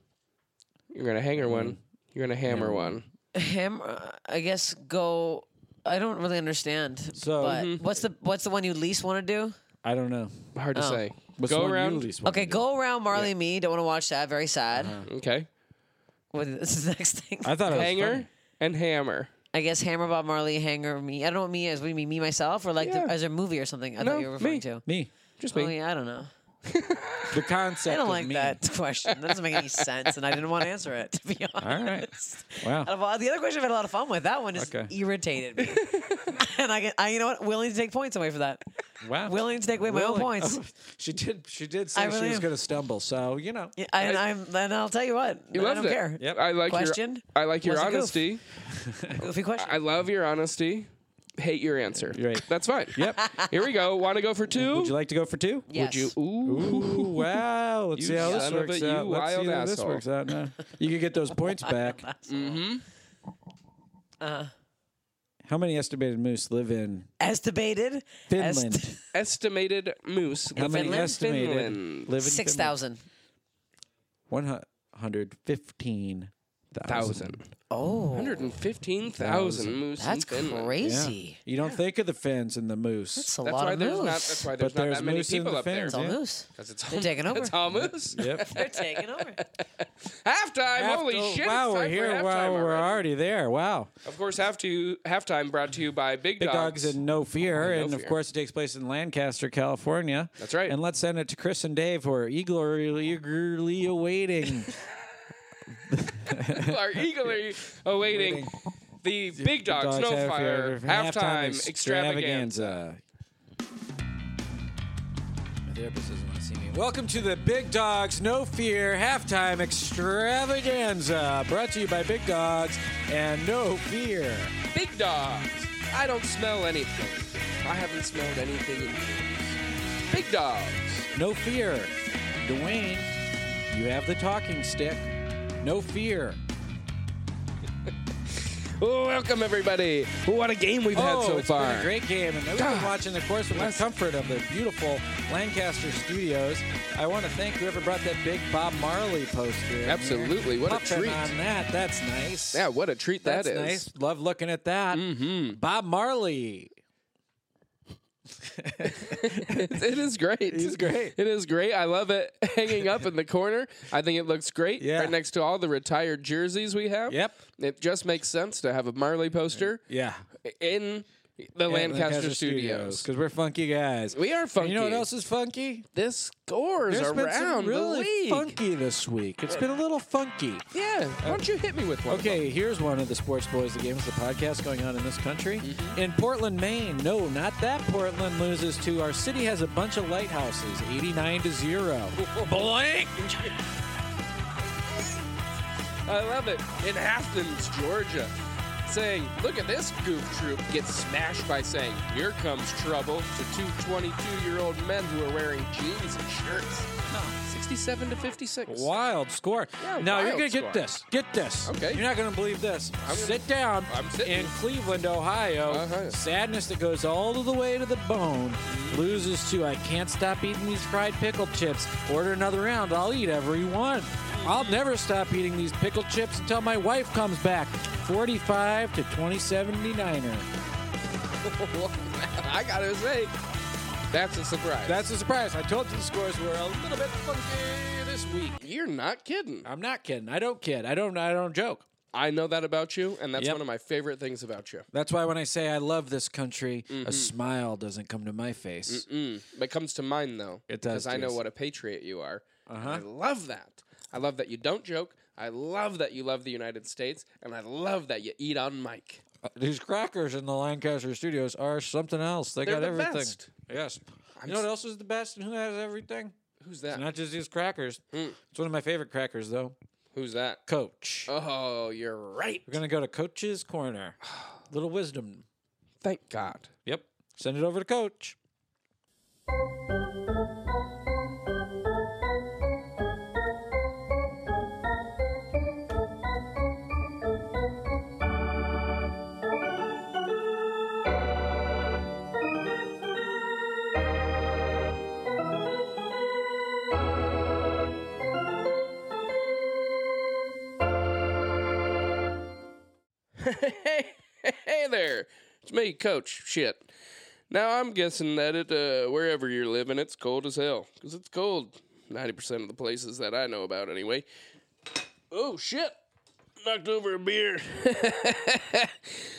You're gonna hanger one. You're gonna hammer one. Him, uh, I guess. Go. I don't really understand. So- mm-hmm. but what's the what's the one you least want to do? I don't know. Hard to Oh. say. What's the go one you around. least wanna Okay, do? go around Marley and me. Don't want to watch that. Very sad. Okay. What is the next thing? Uh-huh. I thought it was Hanger funny. and hammer. I guess Hammer Bob Marley, Hanger Me. I don't know what me is. What do you mean, me myself, or like Yeah. the, is there a movie or something? I No, thought you were referring me. to. Me. Just Oh, me. yeah, I don't know. The concept. I don't of like me. that question. That doesn't make any sense, and I didn't want to answer it. To be honest. All right. Out Wow. of all the other question, I've had a lot of fun with. That one just Okay. irritated me, and I, get, I, you know what, willing to take points away for that. Wow. Willing to take away my own Willing. points. Oh, she did. She did say I she really was am. going to stumble. So you know. Yeah, and I'm, and I'll tell you what, You I loved don't it. care. Yep. I like Question? your. I like your Was a goof. honesty. Goofy question. I love your honesty. Hate your answer. You're right. That's fine. Yep. Here we go. Want to go for two? Would you like to go for two? yes. Would you? Ooh. Ooh, wow. Let's You see how this son of a- works you out. Let's see wild how this asshole. Mm-hmm. works out now. You could get those points back. Uh, How many estimated moose live in estimated. Finland? Est- Estimated moose. how live many in estimated Finland. live in Six thousand. One hundred fifteen thousand. Oh, Hundred and fifteen thousand moose. in that's Finland. crazy. You don't think of the Finns and the moose. That's a That's lot why of there's moose. not. That's why there's But not there's that many moose in people the up there. Finns, it's all yeah. moose. 'Cause it's They're taking over. It's all moose. yep. They're taking over. Halftime. Holy After- shit! Wow, we're it's time for here. halftime Wow, we're already. already there. Wow. Of course, half to halftime brought to you by Big, Big Dogs and No Fear. No and of Fear. course, it takes place in Lancaster, California. That's right. And let's send it to Chris and Dave, who are eagerly, eagerly awaiting. are eagerly awaiting the Big Dogs, Dogs No Have Fire Fear halftime extravaganza. My therapist doesn't want to see me. Welcome to the Big Dogs No Fear halftime extravaganza, brought to you by Big Dogs and No Fear. Big Dogs. I don't smell anything. I haven't smelled anything in years. Big Dogs. No fear. Dwayne, you have the talking stick. No fear. Welcome, everybody. What a game we've had so Oh, it's far. Been a great game, and we've been watching the course from the comfort of the beautiful Lancaster studios. I want to thank whoever brought that big Bob Marley poster. in here. Absolutely, what a Puffin treat. on that. That's nice. Yeah, what a treat that's that is. Mm-hmm. nice. Love looking at that. Bob Marley. It is great. It's great. It is great. I love it hanging up in the corner. I think it looks great. Yeah. Right next to all the retired jerseys we have. Yep. It just makes sense to have a Marley poster Yeah. in the Lancaster, Studios. because we're funky guys. We are And you know what funky. else is funky? This scores There's been around some really the league. funky this week. It's been a little funky. Yeah. Why don't you hit me with one? Okay, here's one of the Sports Boys, the game is the podcast going on in this country. In Portland, Maine, no, not that Portland loses to. Our city has a bunch of lighthouses, 89 to 0. Blank! I love it. In Athens, Georgia, saying, "Look at this goof troop get smashed by saying, "Here comes trouble" to two 22-year-old men who are wearing jeans and shirts. 67 to 56. Wild score. Yeah, now you're wild going to score. get this. Get this. Okay. You're not going to believe this. I'm gonna- Sit down I'm sitting. in Cleveland, Ohio. Ohio. Sadness that goes all the way to the bone loses to I can't stop eating these fried pickle chips. Order another round. I'll eat every one. I'll never stop eating these pickle chips until my wife comes back. 45 to 2079er. I gotta say, that's a surprise. That's a surprise. I told you the scores were a little bit funky this week. You're not kidding. I'm not kidding. I don't kid. I don't I don't joke. I know that about you, and that's Yep. one of my favorite things about you. That's why when I say I love this country, Mm-hmm. a smile doesn't come to my face. Mm. But it comes to mind though, It does, Uh-huh. I know Jason. what a patriot you are. And I love that. I love that you don't joke. I love that you love the United States, and I love that you eat on mic. Uh, These crackers in the Lancaster studios are something else. They They're got the everything. best. Yes. you know what else is the best and who has everything? Who's It's that? not just these crackers. Mm. It's one of my favorite crackers, though. Who's that? Coach. Oh, you're right. We're going to go to Coach's Corner. Little wisdom. Thank God. Yep. Send it over to Coach. hey, hey there. It's me, Coach. Shit. Now I'm guessing that it, uh, wherever you're living, it's cold as hell. 'Cause it's cold. 90% of the places that I know about, anyway. Oh, shit. Knocked over a beer.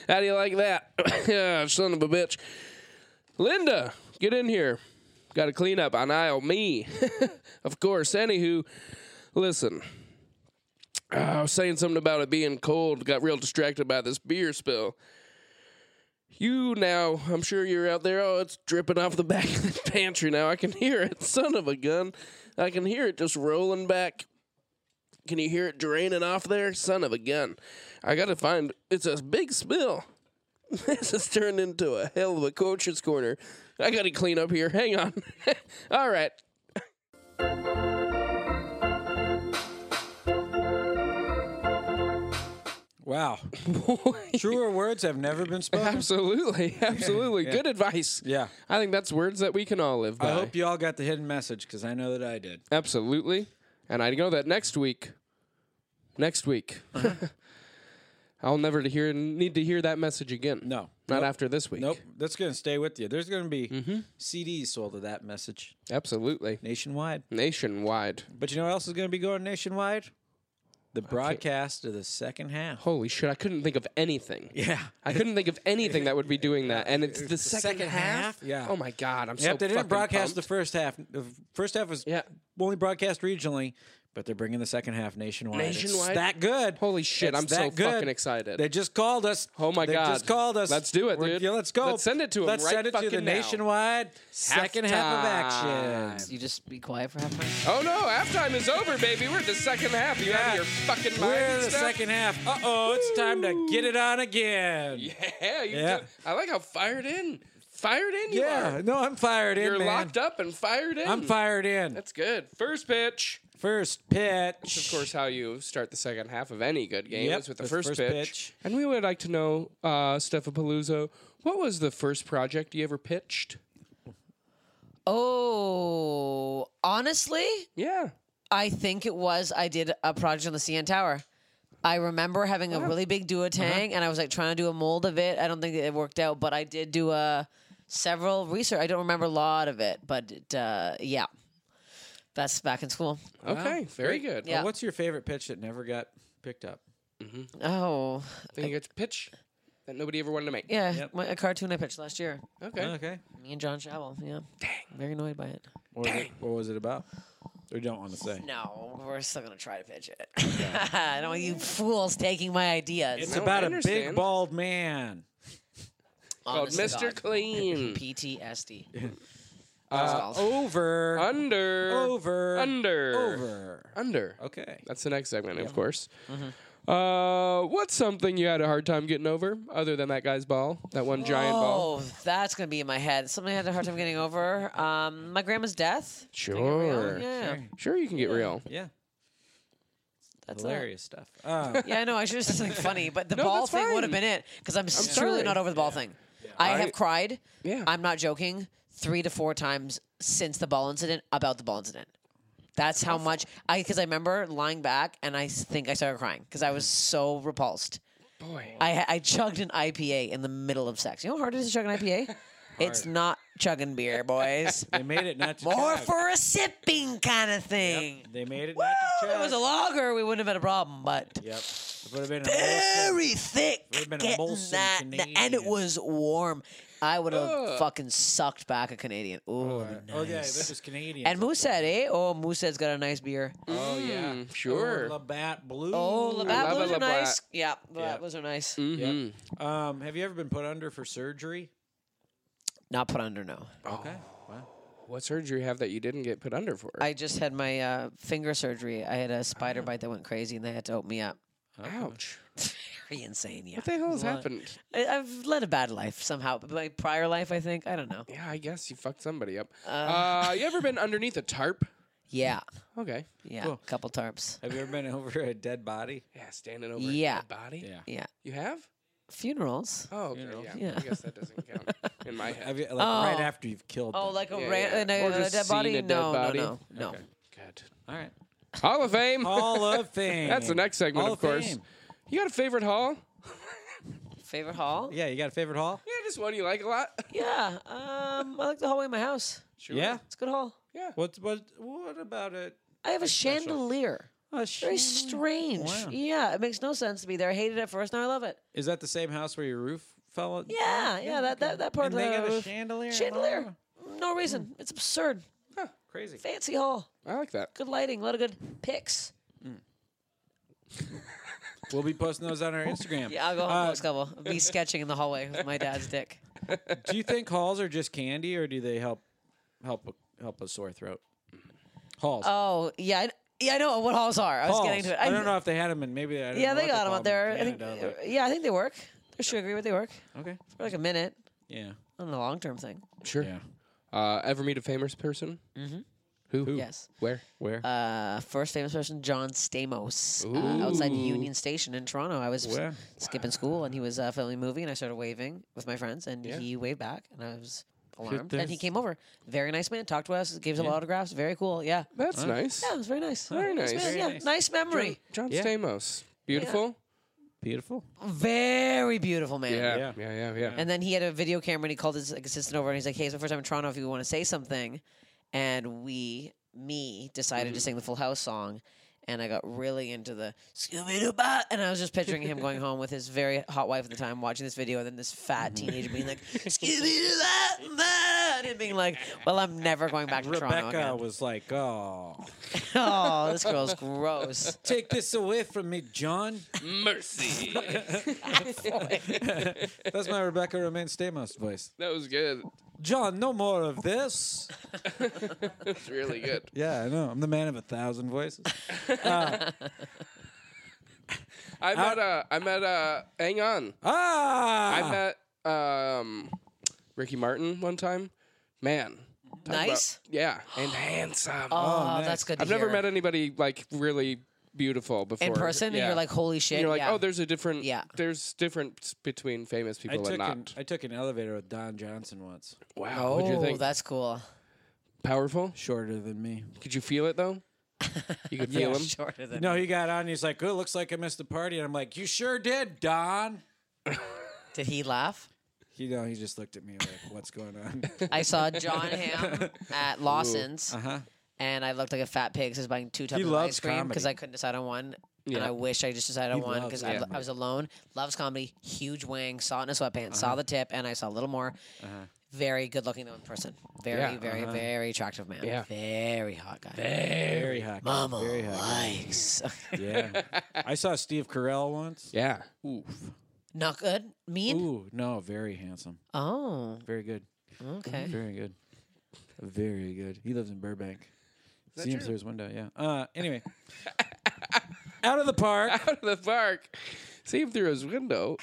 How do you like that? Ah, Son of a bitch. Linda, get in here. Got to clean up on aisle me. of course. Anywho, listen. I was saying something about it being cold, got real distracted by this beer spill. You now, I'm sure you're out there. Oh, it's dripping off the back of the pantry now. I can hear it. Son of a gun. I can hear it just rolling back. Can you hear it draining off there? Son of a gun. I got to find it's a big spill. This has turned into a hell of a coach's corner. I got to clean up here. Hang on. All right. Wow. Truer words have never been spoken. Absolutely. Absolutely. Good advice. Yeah. I think that's words that we can all live by. I hope you all got the hidden message because I know that I did. Absolutely. And I know that next week, next week, I'll never to hear need to hear that message again. No. Not Nope. after this week. Nope. That's going to stay with you. There's going to be Mm-hmm. CDs sold of that message Absolutely. nationwide. Nationwide. But you know what else is going to be going nationwide? The broadcast of the second half. Holy shit, I couldn't think of anything. Yeah. I couldn't think of anything that would be doing that. And it's the second, second half? Yeah. Oh my god, I'm so yep, they didn't fucking broadcast the pumped. first half. The first half was Yeah. only broadcast regionally, but they're bringing the second half nationwide. It's Nationwide? that good. Holy shit, It's I'm so that good. fucking excited. They just called us. Oh my they God. just called us. Let's do it, We're- dude. Yeah, let's go. Let's send it to 'em Let's right send it to the fucking now. nationwide second half of Halftime. action. You just be quiet for half a minute. Oh no, halftime is over, baby. We're the second half. You out of Yeah. your fucking mind. We're and the stuff? second half. Uh oh, it's time to get it on again. Yeah, you Yeah. do- I like how fired in. Fired in you Yeah, are. no, I'm fired in. You're man. locked up and fired in. I'm fired in. That's good. First pitch. First pitch. Of course, how you start the second half of any good game Yep, is with the first, pitch. pitch. And we would like to know, uh, Paluzzo, what was the first project you ever pitched? Oh, honestly, Yeah. I think it was I did a project on the CN Tower. I remember having a really big duotang, and I was like trying to do a mold of it. I don't think it worked out, but I did do a several research. I don't remember a lot of it, but it, uh, yeah, that's back in school. Okay. Very good. Now, Yeah. What's your favorite pitch that never got picked up? Oh, Then you get to pitch that nobody ever wanted to make. yeah, my, a cartoon I pitched last year. Okay. Okay. Me and John Shavel. Yeah, dang, very annoyed by it. What was, it, what was it about? Or don't want to say. No, we're still gonna try to pitch it. I don't want you fools taking my ideas. It's No, about I a big understand. bald man. Called Honest to Mr. God. Clean. PTSD. Uh, over. Under. over. Under. Over. Under. Okay. That's the next segment, of course. Mm-hmm. Uh, what's something you had a hard time getting over, other than that guy's ball, that one giant ball? Oh, that's gonna be in my head. Something I had a hard time getting over. Um, my grandma's death. Sure, Yeah, sure, you can get real. Yeah. that's it. Hilarious stuff. Um, Yeah, I know. I should have said something funny, but the No, ball that's thing would fine. have been it because I'm, s- truly sorry. not over the ball thing. I, I- have cried. Yeah. I'm not joking. Three to four times since the ball incident about the ball incident. That's how much I because I remember lying back and I s- think I started crying because I was so repulsed. Boy, I ha- I chugged an IPA in the middle of sex. You know how hard it is to chug an IPA? it's not chugging beer, boys. they made it not to More chug. for a sipping kind of thing. They made it Woo! not to If chug. it was a lager, we wouldn't have had a problem, but Yep. It would have been a wholesome- very thick. Would've been a getting Molson that, and it Canadian. was warm. I would have Ugh. fucking sucked back a Canadian. Ooh, nice. Oh, yeah. This was Canadian. And Moosehead, eh? Oh, Moosehead's got a nice beer. Oh, yeah. Mm, sure. Oh, Labatt Blue. Oh, love Labatt a Blues are Labatt. nice. Yeah, Yeah. Labatt Blues are nice. Mhm. Um, have you ever been put under for surgery? Not put under, no. Oh, Okay. Wow. What surgery have that you didn't get put under for? I just had my uh, finger surgery. I had a spider bite that went crazy, and they had to open me up. Ouch! Very insane, yeah. What the hell has Well, happened? I, I've led a bad life somehow. But my prior life, I think. I don't know. Yeah, I guess you fucked somebody up. Uh, you ever been underneath a tarp? Yeah. Okay. Yeah. A couple tarps. Have you ever been over a dead body? Yeah, standing over Yeah. a dead body. Yeah. Yeah. You have? Funerals. Oh, okay. know. Yeah. Yeah. I guess that doesn't count in my head. Have you, like right Oh. after you've killed Oh, them? like a, Yeah, ra- yeah. and a- Or a just dead body? seen a dead no, body. no, no, no. Good. All right. Hall of Fame. Hall of Fame. That's the next segment, Hall of course. Fame. You got a favorite hall? Favorite hall? Yeah, you got a favorite hall? Yeah, just one you like a lot. Yeah. Um, I like the hallway in my house. Sure. Yeah. It's a good hall. Yeah. What what what about it? I have a chandelier. Oh, Very shit. strange. Wow. Yeah, it makes no sense to be there. I hated it at first. Now I love it. Is that the same house where your roof fell? Yeah, yeah. that, that that part And of they the got a roof. chandelier. and all Chandelier. that? No reason. It's absurd. Crazy. Fancy hall. I like that. Good lighting. A lot of good pics. We'll be posting those on our Instagram. Yeah, I'll go home Uh, uh, next couple. Be sketching in the hallway with my dad's dick. do you think halls are just candy, or do they help help help a sore throat? Halls. Oh yeah, I, yeah. I know what halls are. I was halls. getting to it. I, don't know if they had them, and maybe I don't Yeah, know they what got them call out there. I think, Canada, yeah, I think they work. I should agree with they work but- okay. for like a minute Yeah. on the long term thing. Sure. Yeah. Uh, ever meet a famous person? Mm-hmm. Who? Who? Yes. Where? Where? Uh, first famous person, John Stamos, uh, outside Union Station in Toronto. I was Wow. skipping school and he was uh, filming a movie, and I started waving with my friends, and he waved back, and I was alarmed. And he this. came over. Very nice man. Talked to us, gave us all autographs. Very cool. Yeah. That's nice. Yeah, it was very nice. Very nice. man, Very yeah, nice. nice, memory. John Yeah. Stamos. Beautiful. Beautiful. Very beautiful man. Yeah. Yeah. Yeah. Yeah. Yeah. And then he had a video camera and he called his like, assistant over and he's like, "Hey, it's my first time in Toronto. If you want to say something," and we, me, decided Mm-hmm. to sing the Full House song, and I got really into the Scooby-Doo-Bah, and I was just picturing him going home with his very hot wife at the time, watching this video, and then this fat Mm-hmm. teenager being like Scooby-Doo-Bah, bah," and him being like, "Well, I'm never going back to Rebecca Toronto was like, "Oh, again." oh, this girl's gross. take this away from me, John." Mercy. That's my Rebecca Romaine Stamos voice. that was good. John, no more of this. That's really good. Yeah, I know. I'm the man of a thousand voices. I met. Uh, I met. Uh, hang on. Ah, I met um, Ricky Martin one time. Man, about- Nice? yeah, and handsome. Oh, nice. that's good to I've never hear. met anybody like really beautiful before in person, and Yeah. you're like, holy And shit. you're like, yeah. oh, there's a different. Yeah. There's difference between famous I people and took not. an, I took an elevator with Don Johnson once. wow. Oh, what'd you think? that's cool. Powerful? Shorter than me. Could you feel it though? You could feel him. Shorter than No, he got on. He's like, "Oh, looks like I missed the party," and I'm like, "You sure did, Don." Did he laugh? You know, he just looked at me like, "What's going on?" I saw John Hamm at Lawson's, Uh-huh. and I looked like a fat pig. 'cause I was buying two tubs He of loves ice cream because comedy. I couldn't decide on one. And Yeah. I wish I just decided on He one loves because I, comedy. I was alone. Loves comedy. Huge wing. Saw it in a sweatpants. Saw Uh-huh. the tip, and I saw a little more. Very good looking though in person. Very, Yeah, very, uh-huh. very attractive man. Yeah. Very hot guy. Very hot. guy, Mama Very hot. guy. likes. Yeah. I saw Steve Carell once. Yeah. Oof. Not good. Mean. Ooh, no, very handsome. Oh, Very good. okay. Very good. Very good. He lives in Burbank. See him through his window, yeah. Uh anyway. Out of the park. Out of the park. See him through his window.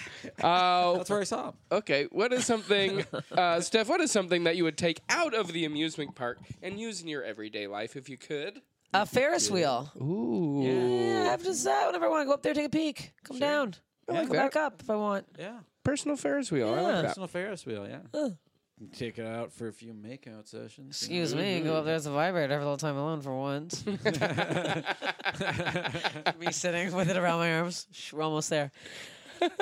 Uh, That's where I saw him. okay. What is something, uh, Steph? What is something that you would take out of the amusement park and use in your everyday life if you could? A Ferris wheel. Ooh. Yeah, I've just that whenever I want to go up there, take a peek, come down, I like come that. back up if I want. Yeah. Personal Ferris wheel. I like that. Personal Ferris wheel, yeah. Ugh. Take it out for a few makeout sessions. you know. Excuse me, go up there as a vibrator. Have a little time alone for once. me sitting with it around my arms. Shh, We're almost there.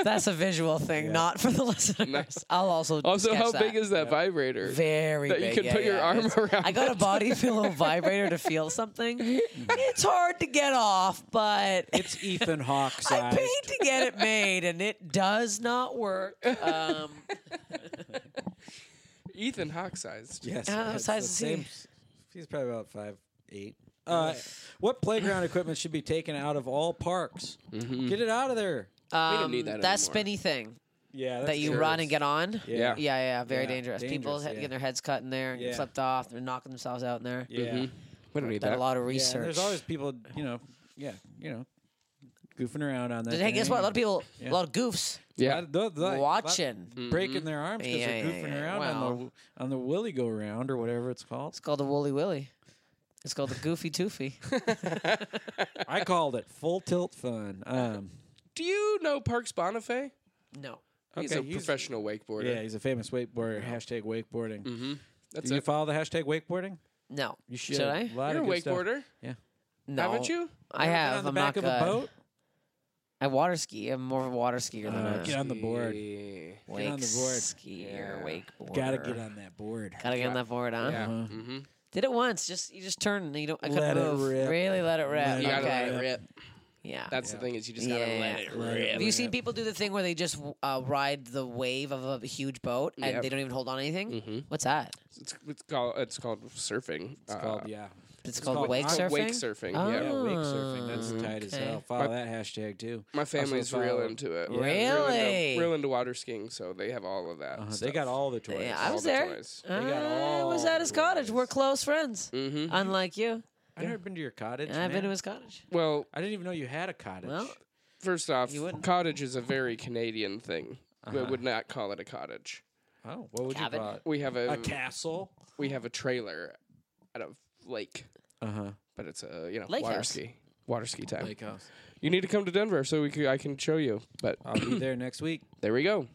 That's a visual thing, not for the listeners. I'll also Also, sketch how that. big is that vibrator? very that you big. can yeah, put your yeah, arm it's- around I got a it. body pillow vibrator to feel something. it's hard to get off, but It's Ethan Hawke I sized. paid to get it made, and it does not work. Um, Ethan Hawke sized. Yes. I don't know what it's size the is he? same s- He's probably about five eight. Uh, what playground equipment should be taken out of all parks? Mm-hmm. Mm-hmm. Get it out of there. We don't need that Um, that anymore. spinny thing Yeah, that you run and get on. Yeah, Yeah, yeah, yeah, very Yeah, dangerous. People dangerous, ha- yeah. getting their heads cut in there, and get Yeah. flipped off, they're knocking themselves out in there. yeah. yeah. and We don't need Done that. a lot of Mm-hmm. research. there's always people, you know, yeah, you know, goofing around on that. hey, guess thing. what? A lot of people, Yeah. a lot of goofs Yeah. Lot- lot- lot- watching. breaking their arms because Yeah, they're yeah, goofing yeah. around on the Well. on the willy go round or whatever it's called. It's called the Woolly Willy. It's called the Goofy Toofy. I called it full tilt fun. Um, Do you know Parks Bonifay? no. he's Okay, a he's- professional wakeboarder. Mm-hmm. yeah, he's a famous wakeboarder. Hashtag wakeboarding. Mm, That's Do you it. follow the hashtag wakeboarding? No. You should. I? Lot You're a of good stuff. wakeboarder, Yeah. No. haven't you? I Ever been have. On the I'm back not of good. a boat. I water ski. I'm more of a water skier than Uh, a get on the board. Yeah. wake on the board. skier. Wakeboarder. Gotta get on that board. Gotta get on that board, huh? Uh-huh. Yeah. Mm-hmm. Did it once. Just you just turn. And you don't. I couldn't Let it move. rip. Really let it rip. Let it You gotta okay. let it rip. Yeah. That's the thing is you just gotta Yeah. let it Let it rip. Have you seen people do the thing where they just uh, ride the wave of a huge boat and Yep. Mm. they don't even hold on to anything? What's that? It's, it's called it's called surfing. It's Called, yeah. It's, called, called wake wake- surfing. wake surfing. Yeah, Yeah. Oh. wake surfing. That's Mm, tight as okay. hell. Follow that hashtag too. My family's real follow- into it. Really? Uh-huh, Real into, real into water skiing, so they have all of that. Uh, they got all the toys. Yeah, all I was the there. toys. They got Ah, I was all at his the cottage. We're toys. close friends. Mm-hmm. Unlike you, I've never been to your cottage. and I've been man. to his cottage. Well, I didn't even know you had a cottage. Well, first off, You wouldn't. Uh-huh. cottage is a very Canadian thing. We would not call it a cottage. oh, what would Cabin? you call it? We have a, A castle. we have a trailer at a lake, Uh huh. but it's a you know Lake water house. ski water ski time. Lake house. You need to come to Denver so we c I I can show you. But I'll be there next week. there we go.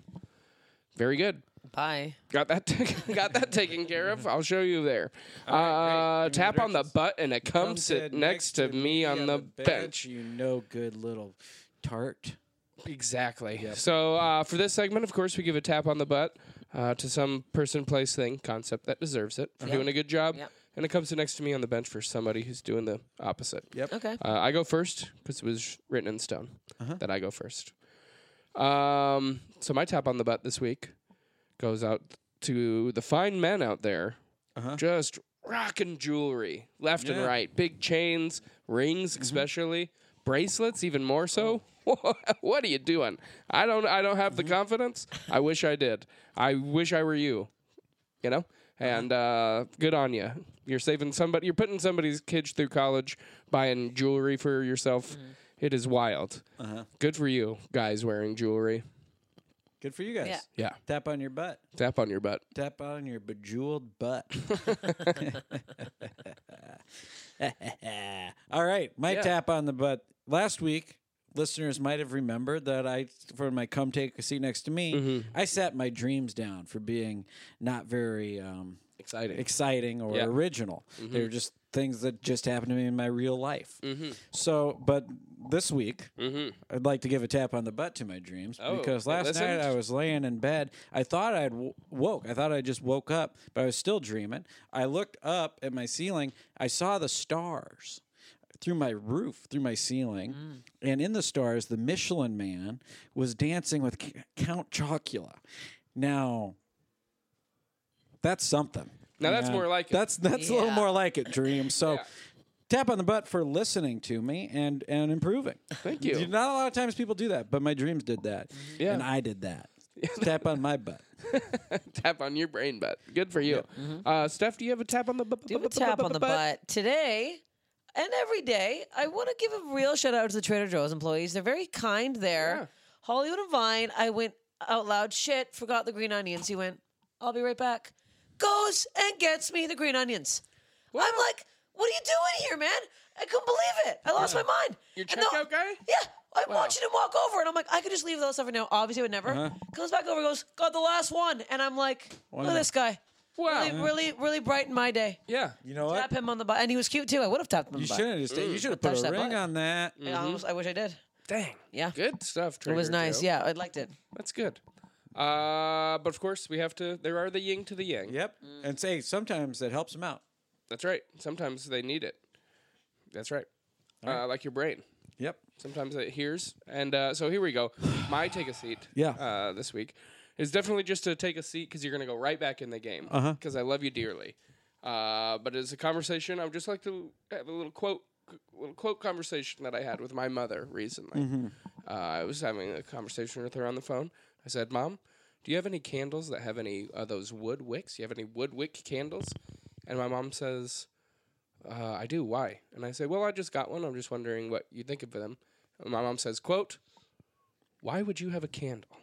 Very good. Bye. Got that ta- got that taken care of. I'll show you there. Give uh, me the tap on the directions. butt and a come, sit next to me on the bench. You no good little tart. Exactly. So uh, for this segment, of course, we give a tap on the butt uh, to some person, place, thing, concept that deserves it for doing a good job, Yep. and it comes to next to me on the bench for somebody who's doing the opposite. Yep. Okay. Uh, I go first because it was written in stone that I go first. Um, so my tap on the butt this week goes out to the fine men out there, just rocking jewelry left and Yeah. right, big chains, rings especially, bracelets even more so. what are you doing? I don't. I don't have the confidence. I wish I did. I wish I were you you know. And uh, good on you. You're saving somebody. You're putting somebody's kids through college, buying jewelry for Mm-hmm. Uh-huh. yourself. It is wild. Good for you guys wearing jewelry. Good for you guys. Yeah. Yeah. Tap on your butt. Tap on your butt. Tap on your bejeweled butt. All right, my Yeah. tap on the butt. Last week, listeners might have remembered that I, for my come take a seat next to me, I sat my dreams down for being not very um, Exciting. exciting or Yeah. Mm-hmm. original. They were just things that just happened to me in my real life. So, but this week, I'd like to give a tap on the butt to my dreams Mm-hmm. Oh, because they last listened? night I was laying in bed. I thought I'd w- woke. I thought I just woke up, but I was still dreaming. I looked up at my ceiling. I saw the stars through my roof, through my ceiling, Mm. and in the stars, the Michelin Man was dancing with C- Count Chocula. Now, that's something. Now that's Yeah. more like it. That's that's a little Yeah. more like it, Dream. So Yeah. tap on the butt for listening to me and and improving. Thank you. Mm-hmm. Not a lot of times people do that, but my dreams did that. Yeah. And I did that. tap on my butt. tap on your brain butt. Good for you. Uh, Steph, do you have a tap on the butt? Do you have a tap on the butt today and every day? I want to give a real shout out to the Trader Joe's employees. They're very kind there. Yeah. Hollywood and Vine. I went out loud. Shit, forgot the green onions. He went. I'll be right back. Goes and gets me the green onions. I'm like, what are you doing here, man? I couldn't believe it. I lost my mind. Your And the- checkout guy? Yeah, I'm watching him walk over, and I'm like, I could just leave those stuff right now. Obviously, I would never. Comes back over, goes, got the last one, and I'm like, look at this guy. Wow. Really, really, really brightened my day. Yeah. You know what? Tap him on the butt, and he was cute too. I would have tapped him on You the butt. should have just Mm. you should have put Touch a that ring butt. on that. I almost- I wish I did. Dang. Yeah, Good stuff. it Trader was nice. Joe. Yeah, I liked it. That's good. Uh, but of course, we have to. There are the yin to the yang. Yep. Mm. And say sometimes that helps them out. That's right. Sometimes they need it. That's right. Uh, like your brain. Yep. Sometimes it hears. And uh, so here we go. My take a seat. Yeah. Uh, this week is definitely just to take a seat because you're going to go right back in the game. Because I love you dearly. Uh, but it's a conversation. I would just like to have a little quote, little quote conversation that I had with my mother recently. Uh, I was having a conversation with her on the phone. I said, "Mom, do you have any candles that have any of those wood wicks? Do you have any wood wick candles?" And my mom says, uh, "I do. Why?" And I say, "Well, I just got one. I'm just wondering what you think of them." And my mom says, "Quote." Why would you have a candle?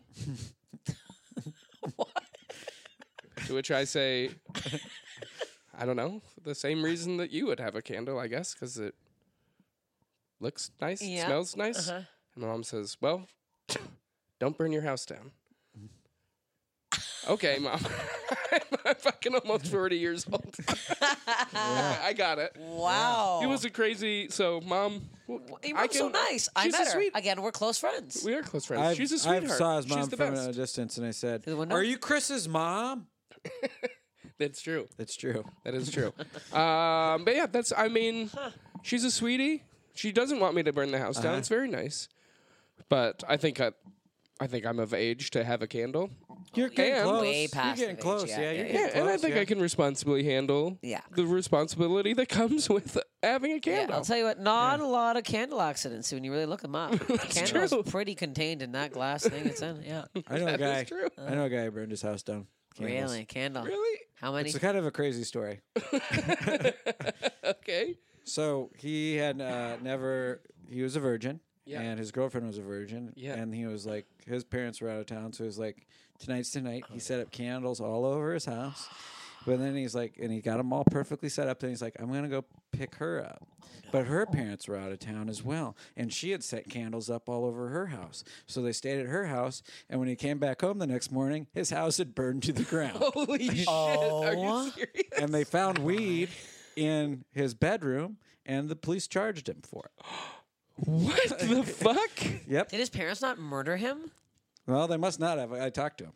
To which I say, I don't know. The same reason that you would have a candle, I guess, because it looks nice, it Yeah. smells nice. Uh-huh. And my mom says, Well, don't burn your house down. okay, mom. I'm fucking almost 40 years old. I got it. Wow. It was a crazy. So, mom, well, He I was so can- nice. I she's a met her. sweet- Again, we're close friends. We are close friends. I She's a I sweetheart. saw his mom She's the from a best. distance and I said, the window? "Are you Chris's mom?" That's true. That's Oh, true. That is true. um, but yeah, that's. I mean, she's a sweetie. She doesn't want me to burn the house Uh-huh. down. It's very nice, but I think I, I think I'm of age to have a candle. You're getting And- close. Way past you're getting the age, close. yeah, Yeah, yeah, you're yeah. getting Yeah, and I close, think yeah. I can responsibly handle Yeah. the responsibility that comes with having a Yeah, candle. I'll tell you what, not a lot of candle accidents when you really look them up. Candle's true. pretty contained in that glass thing it's in. Yeah. I know a guy. That's true. I know a guy who burned his house down. Candles. Really? Candle. Really? How many? It's kind of a crazy story. Okay. So he had uh, never. He was a virgin, Yeah. and his girlfriend was a virgin. Yeah. And he was like, his parents were out of town, so he was like, tonight's tonight. Oh. He set up candles all over his house, but then he's like, and he got them all perfectly set up. Then he's like, I'm gonna go pick her up. But her parents were out of town as well, and she had set candles up all over her house. So they stayed at her house, and when he came back home the next morning, his house had burned to the ground Holy shit! Are you serious? and they found weed in his bedroom, and the police charged him for it. What the fuck? Yep. Did his parents not murder him? Well, they must not have. I talked to him.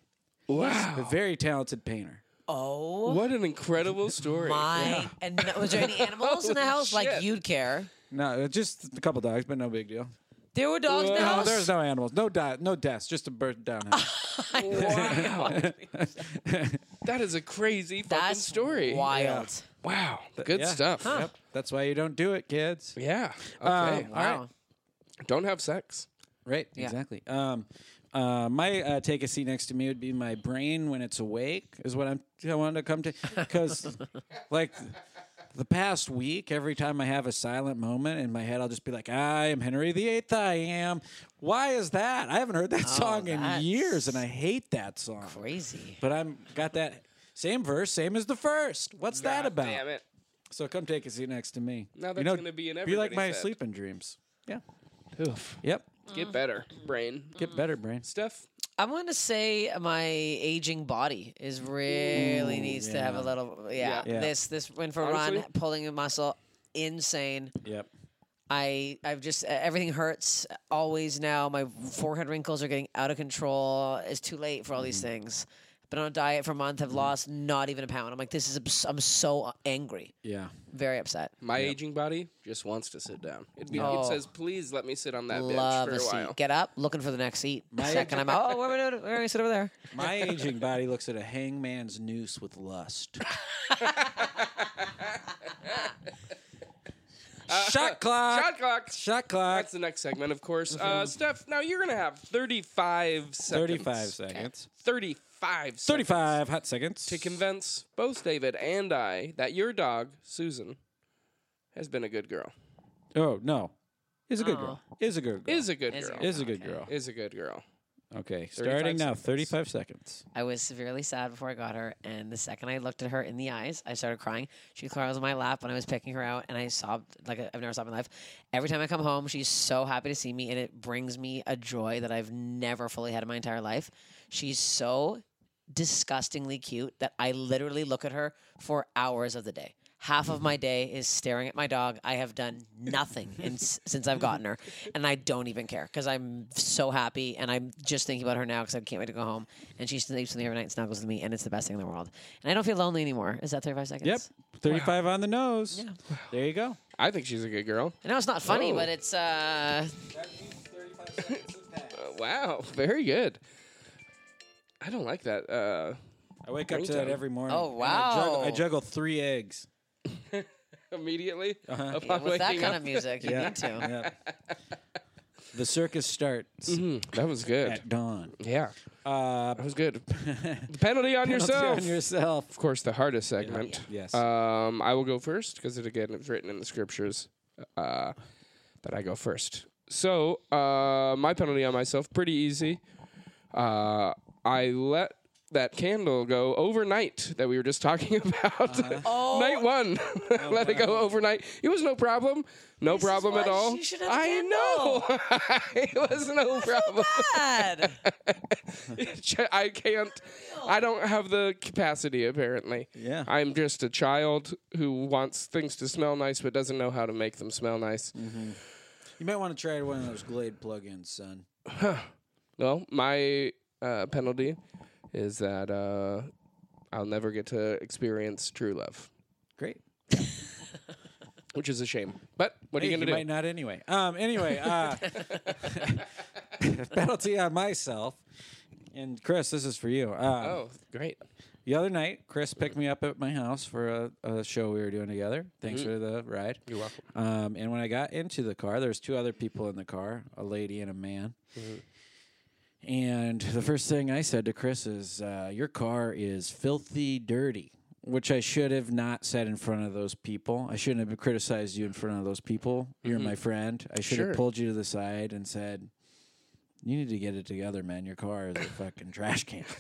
A Wow! very talented painter. Oh. What an incredible story. My. And no- was there any animals in the Holy house? shit. Like, you'd care. No, uh, just a couple dogs, but no big deal. There were dogs in the Whoa. No, house? there's no animals, no di- no deaths, just a burnt down house. Wow. that is a crazy fucking That's story. wild. Wow. Good Yeah. stuff. Yep. That's why you don't do it, kids. Yeah. Um, Okay. all Wow. right. Don't have sex. Right, exactly. Um, uh, my uh, take a seat next to me would be my brain when it's awake is what I'm. I wanted to come to because, like, the past week, every time I have a silent moment in my head, I'll just be like, I am Henry VIII. I am. Why is that? I haven't heard that song in that's- years, and I hate that song. Crazy. But I'm got that same verse, same as the first. What's that God about? Damn it. So come take a seat next to me. Now that's gonna be in Be like everybody's my head. sleeping dreams. Yeah. Yep. Mm-hmm. Get better, brain. Get better, brain. Steph, I'm going to say my aging body is really needs to have a little. Yeah, Yeah. This this when for Ron Honestly? pulling a muscle, insane. Yep. I I've just e, everything hurts always now. My forehead wrinkles are getting out of control. It's too late for all these things. Been on a diet for a month. Have lost not even a pound. I'm like this is abs- I'm so angry, Yeah. very upset. my aging body just wants to sit down. It'd be, It Oh. says, please let me sit on that Love bench a for a seat. while. Get up, looking for the next seat. My Second, I'm out. Oh, where are we? Where are we sit over there? My aging body looks at a hangman's noose with lust. shot clock. Uh, Shot clock. Shot Mm-hmm. clock. That's the next segment, of course. Uh, Steph, now you're going to have 35 seconds. 35 seconds. 35 seconds 35 hot seconds. To convince both David and I that your dog, Susan, has been a good girl. oh, no. Is a good girl. Is a good girl. Oh. Is a good Is a girl. Is a good girl. Is a good girl. Okay. Starting now, seconds. 35 seconds. I was severely sad before I got her, and the second I looked at her in the eyes, I started crying. She was on my lap when I was picking her out, and I sobbed like I've never sobbed in my life. Every time I come home, she's so happy to see me, and it brings me a joy that I've never fully had in my entire life. She's so disgustingly cute that I literally look at her for hours of the day. Half of Mm-hmm. my day is staring at my dog. I have done nothing in, s- since I've gotten her, and I don't even care because I'm so happy and I'm just thinking about her now because I can't wait to go home. And she sleeps with me every night and snuggles with me, and it's the best thing in the world. And I don't feel lonely anymore. Is that 35 seconds? Yep. 35 on the nose. There you go. I think she's a good girl. I know it's not funny, Oh. but it's uh, Uh, wow. Very good. I don't like that. Uh, I wake up to Ringtone. that every morning. Oh, and I juggle, I wow. juggle three eggs. immediately upon with that waking kind up. of music, you need to. Yep. The circus starts Mm, that was good. at dawn. Yeah. Uh, That was good. the penalty on yourself. On yourself. of course, the hardest segment. Yes. Um, I will go first because it again is written in the scriptures uh, that I go first. So uh, my penalty on myself pretty easy. Uh, I let that candle go overnight that we were just talking about. Oh. Night one, let it go overnight. It was no problem, no problem why at all. you should have a I know it was no problem. Bad. I can't. I don't have the capacity. Apparently, Yeah. I'm just a child who wants things to smell nice but doesn't know how to make them smell nice. Mm. you might want to try one of those Glade plug-ins, son. Well, my uh, penalty is that uh, I'll never get to experience true love, Great. which is a shame. But what are Hey, you you gonna might do? not anyway. Um, anyway, uh, penalty on myself. And Chris, this is for you. Uh, Oh, great. The other night, Chris picked me up at my house for a, a show we were doing together. Thanks for the ride. You're Mm-hmm. welcome. Um, and when I got into the car, there was two other people in the car, a lady and a man. Mm-hmm. And the first thing I said to Chris is, uh, "Your car is filthy dirty," which I should have not said in front of those people. I shouldn't have criticized you in front of those people. You're my friend. I should Mm-hmm. Sure. have pulled you to the side and said. You need to get it together, man. Your car is a fucking trash can.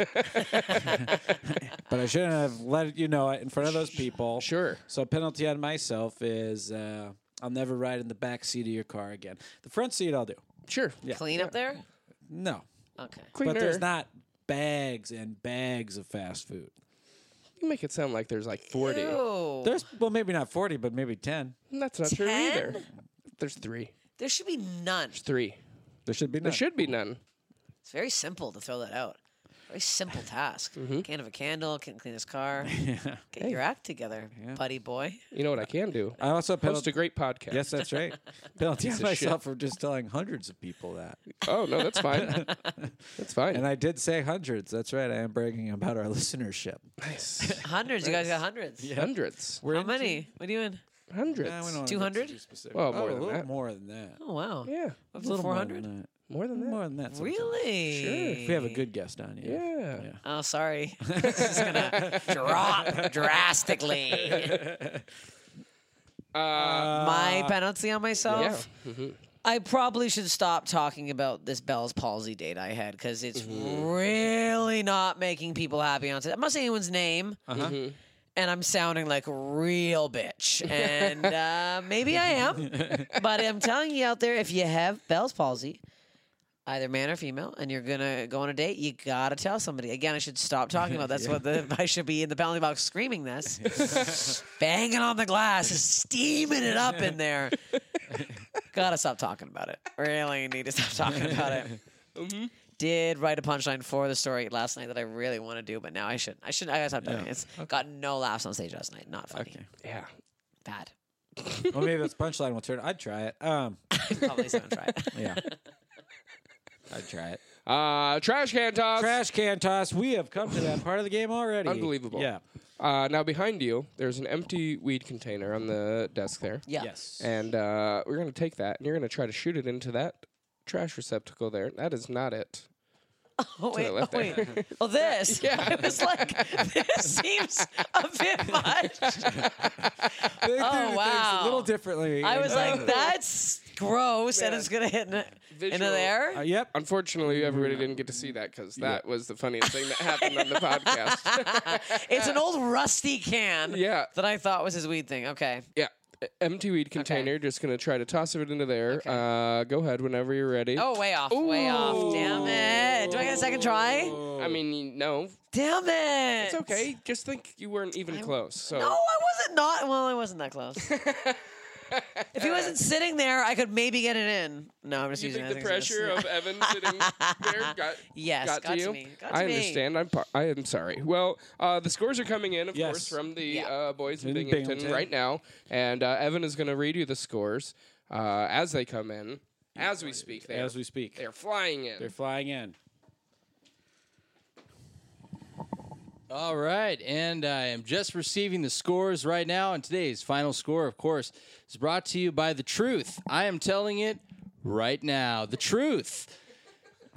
But I shouldn't have let you know it in front of those people. Sure. So penalty on myself is uh, I'll never ride in the back seat of your car again. The front seat I'll do. Sure. Clean up there. No, Okay. Cleaner. but there's not bags and bags of fast food. You make it sound like there's like 40. Ew. There's well, maybe not forty, but maybe ten. That's not true either. 10? There's three. There should be none. Three. There should be. None. There should be none. It's very simple to throw that out. Very simple task. Mm-hmm. Can't have a candle, can't clean his car. Get your act together, buddy boy. You know what I can do? I also Host penalty. a great podcast. Yes, that's right. Penalty on of shit. myself for just telling hundreds of people that. Oh no, that's fine. that's fine. And I did say hundreds. That's right. I am bragging about our listenership. nice. Hundreds. You guys got hundreds. Hundreds. How many? What are you in? Hundreds. Yeah, we don't wanna get 200? too specific. Well, Oh, more a than little that. more than that. Oh, wow. Yeah. A Up to little 400? More than More that. than that. More than that sometimes. Really? If we have a good guest on, yeah. Yeah. Oh, sorry. this is going to drop drastically. Uh, My penalty on myself. yeah. I probably should stop talking about this Bell's palsy date I had because it's really not making people happy on. I'm not saying anyone's name, and I'm sounding like a real bitch, and uh, maybe I am. but I'm telling you out there, if you have Bell's palsy, either man or female, and you're gonna go on a date, you gotta tell somebody. Again, I should stop talking about. That's what the, I should be in the penalty box screaming this, banging on the glass, steaming it up in there. Gotta stop talking about it. Really need to stop talking about it. Did write a punchline for the story last night that I really want to do, but now I shouldn't. I shouldn't. I gotta stop doing it. It's got no laughs on stage last night. Not funny. Yeah. Bad. well, maybe that's punchline will turn. I'd try it. Um, Probably someone try it. yeah, I'd try it. Uh, trash can toss. Trash can toss. We have come to that part of the game already. Unbelievable. Yeah. Uh, now behind you, there's an empty weed container on the desk there. Yeah. Yes. And uh, we're gonna take that, and you're gonna try to shoot it into that trash receptacle there. That is not it. Oh wait, oh left wait. there. Oh, this. Yeah. It was like this seems a bit much. They do the things Oh, wow. a little differently. I in was Canada. like, that's gross, and it's gonna hit in, into Visual. there. Uh, yep. Unfortunately, everybody didn't get to see that because that was the funniest thing that happened on the podcast. It's an old rusty can. Yeah. That I thought was his weed thing. Okay. yeah. E- Empty weed container. Just gonna try to toss it into there. Uh, go ahead whenever you're ready. Oh, way off. Way off. Damn it. Do I get a second try? I mean, no, Damn it. it's Oh. okay. Just think you weren't even close. So No, I wasn't not. Well, I wasn't that close. if he wasn't sitting there, I could maybe get it in. No, I'm just you using think it as the an excuse. pressure of Evan sitting there got Yes, got, got to to you? me, got I to me. understand. I'm par- I am sorry. Well, uh, the scores are coming in, of Yes. course, from the Yeah. uh, boys in In Binghamton, Binghamton. right now, and uh, Evan is going to read you the scores uh, as they come in, as we speak. They are, As we speak, they are flying in. they're flying in. All right, and I am just receiving the scores right now, and today's final score, of course, is brought to you by the truth. I am telling it right now, the truth.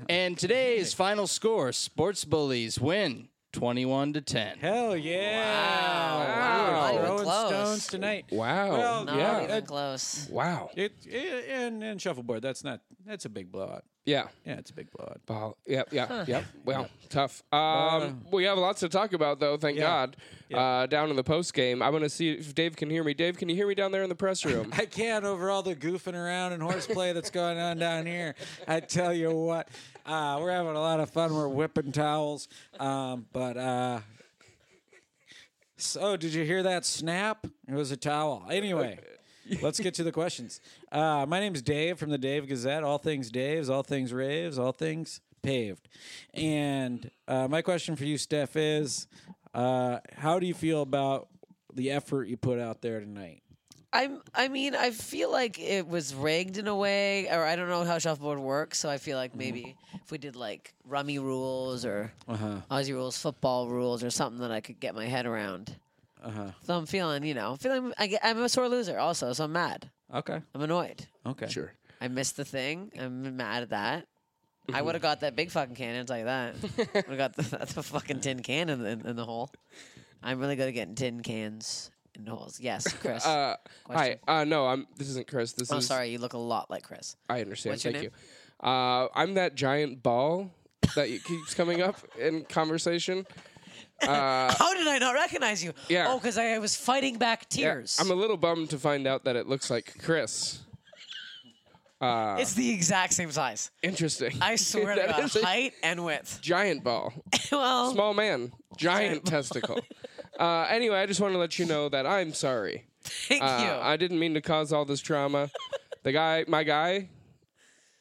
And today's final score: Sports Bullies win twenty-one to ten. Hell yeah! Wow. Not We even were throwing close. stones tonight. wow. Well, Not yeah. even close. wow. It, it and and shuffleboard. That's not. That's a big blowout. Yeah. Yeah, it's a big blowout. Ball. Yep, yep, yep. Well, tough. Um, Uh. we have lots to talk about, though. Thank Yeah. God. Uh, down in the post game, I'm going to see if Dave can hear me. Dave, can you hear me down there in the press room? I can't over all the goofing around and horseplay that's going on down here. I tell you what, uh, we're having a lot of fun. We're whipping towels, um, but uh, so did you hear that snap? It was a towel. Anyway, let's get to the questions. Uh, my name's Dave from the Dave Gazette. All things Daves, all things raves, all things paved. And uh, my question for you, Steph, is uh, how do you feel about the effort you put out there tonight? I'm. I mean, I feel like it was rigged in a way, or I don't know how shuffleboard works. So I feel like maybe if we did like rummy rules or Aussie rules, football rules, or something that I could get my head around. So I'm feeling, you know, feeling. I get, I'm a sore loser also, so I'm mad. Okay. I'm annoyed. Okay. sure. I missed the thing. I'm mad at that. I would have got that big fucking can. I'll tell you that. would have got the, that's a fucking tin can in the, in, in the hole. I'm really good at getting tin cans in holes. Yes, Chris. Uh, hi. Uh, no, I'm. This isn't Chris. This I'm is. Oh, sorry. You look a lot like Chris. I understand. What's your Thank you. Uh, I'm that giant ball that you- keeps coming up in conversation. How did I not recognize you? Uh, Yeah. Oh, because I was fighting back Yeah, tears. I'm a little bummed to find out that it looks like Chris. it's the exact same size. Interesting. I swear to That God, is a height and width. Giant ball. well, Small uh, man. Giant testicle. Uh, anyway, I just want to let you know that I'm sorry. thank Uh, you. I didn't mean to cause all this trauma. the guy, my guy,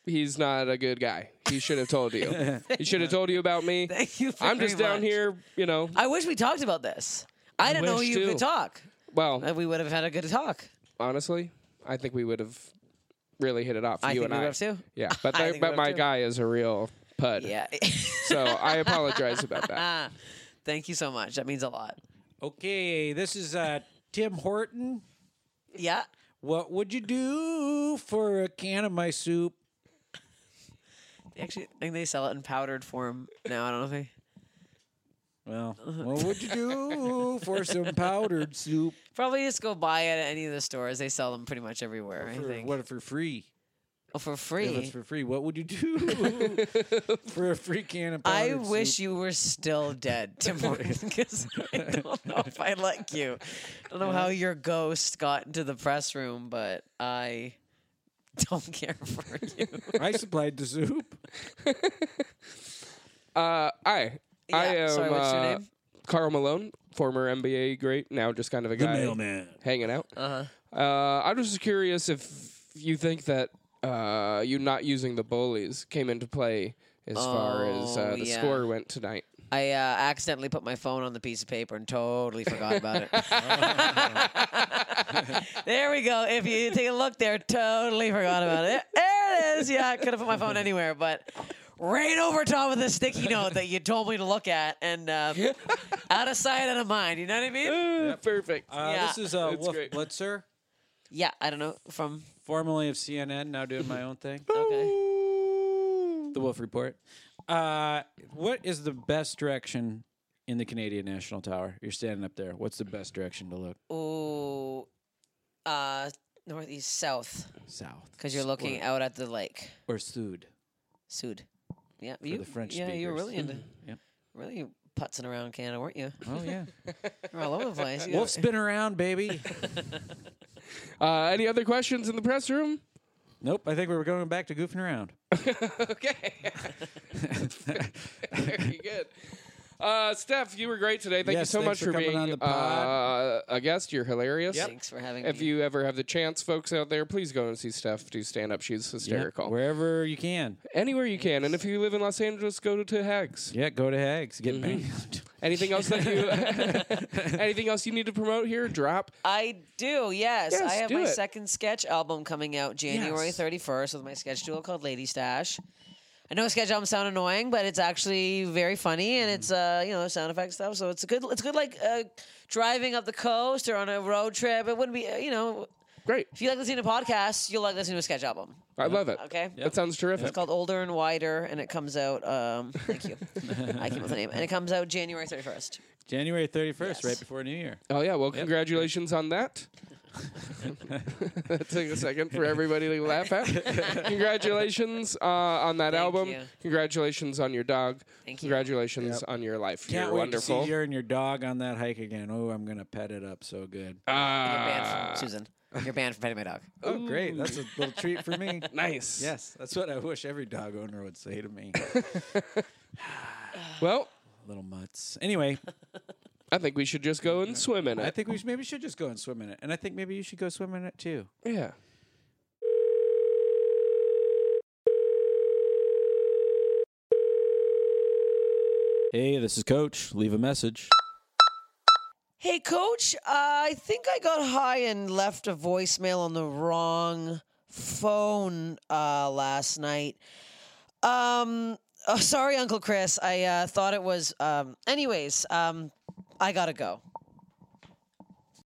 he's not a good guy. He should have told you. he should have told you about me. thank you. I'm just very down much. here, you know. I wish we talked about this. I, didn't know wish you too. could talk. Uh, Well, We would have had a good talk. honestly, I think we would have really hit it off. I you think and we I. would've too. Yeah, but I the- think we but my would've too. guy is a real pud. Yeah. So I apologize about that. Ah, thank you so much. That means a lot. Okay, this is uh, Tim Horton. Yeah. What would you do for a can of my soup? They actually I think they sell it in powdered form now. I don't know if they. Well, what would you do for some powdered soup? Probably just go buy it at any of the stores. They sell them pretty much everywhere. Oh, I For- think What for free? Oh, for If it's free. for free, what would you do for a free can of I powdered wish soup? you were still dead, Tim Horton, because I don't know if I like you. I don't know how your ghost got into the press room, but I don't care for you. I supplied the soup. Uh, I, I Yeah, am sorry, what's your uh, name? Carl Malone, former NBA great, now just kind of a guy hanging out. Uh-huh. Uh, I was just curious if you think that uh, you not using the bullies came into play as far as uh, Oh, the yeah. score went tonight. I uh, accidentally put my phone on the piece of paper and totally forgot about it. there we go. If you take a look there, totally forgot about it. There it is. Yeah, I could have put my phone anywhere, but right over top of the sticky note that you told me to look at and uh, out of sight, out of mind. You know what I mean? Uh, Perfect. Uh, Yeah. This is uh, That's Wolf great. Blitzer, Yeah, I don't know. From. formerly of CNN, now doing my own thing. Okay. The Wolf Report. Uh, what is the best direction in the Canadian National Tower? You're standing up there. What's the best direction to look? Ooh. Uh, northeast, south, South. because you're looking out at the lake. Or sud. Sud. Yeah, For you. the French yeah, you were speakers. really into. Yep. Really putzing around Canada, weren't you? Oh, yeah. You're all over the place. You Wolf's got- been around, baby. Uh, any other questions in the press room? nope. I think we were going back to goofing around. okay. Very good. Uh, Steph, you were great today. Thank Yes, you so thanks much for, for coming being on the pod. Uh, a guest. You're hilarious. Thanks for having If me. you ever have the chance, folks out there, please go and see Steph do stand up. She's hysterical. Wherever you can. Anywhere you can. And if you live in Los Angeles, go to Hags. Yeah, go to Hags. Mm-hmm. Get banged. Anything else that you anything else you need to promote here? Drop. I do, yes. Yes, I have do my it. second sketch album coming out January Yes. 31st with my sketch duo called Lady Stash. I know sketch albums sound annoying, but it's actually very funny and it's uh, you know, sound effect stuff. So it's a good it's good like uh, driving up the coast or on a road trip. It wouldn't be uh, you know, Great. if you like listening to podcasts, you'll like listening to a sketch album. I love it. Okay. That sounds terrific. It's called Older and Wider, and it comes out. Um, thank you. I came up with the name, and it comes out January thirty first. January 31st, right Yes. before New Year. Oh yeah, well congratulations on that. that took a second for everybody to laugh at. Congratulations uh, on that album. you. Congratulations on your dog. Thank you. congratulations on your life. Can't You're wait wonderful. to see you and your dog on that hike again. Oh, I'm gonna pet it up so good. You're Ah, banned from Susan. You're banned from petting my dog. Oh, great! That's a little treat for me. nice. Yes, that's what I wish every dog owner would say to me. Well, little mutts. Anyway, I think we should just go and swim in it. I think we should, maybe should just go and swim in it, and I think maybe you should go swim in it too. yeah. Hey, this is Coach. Leave a message. Hey, Coach. Uh, I think I got high and left a voicemail on the wrong phone uh, last night. Um, oh, sorry, Uncle Chris. I uh, thought it was. Um, anyways, um, I gotta go.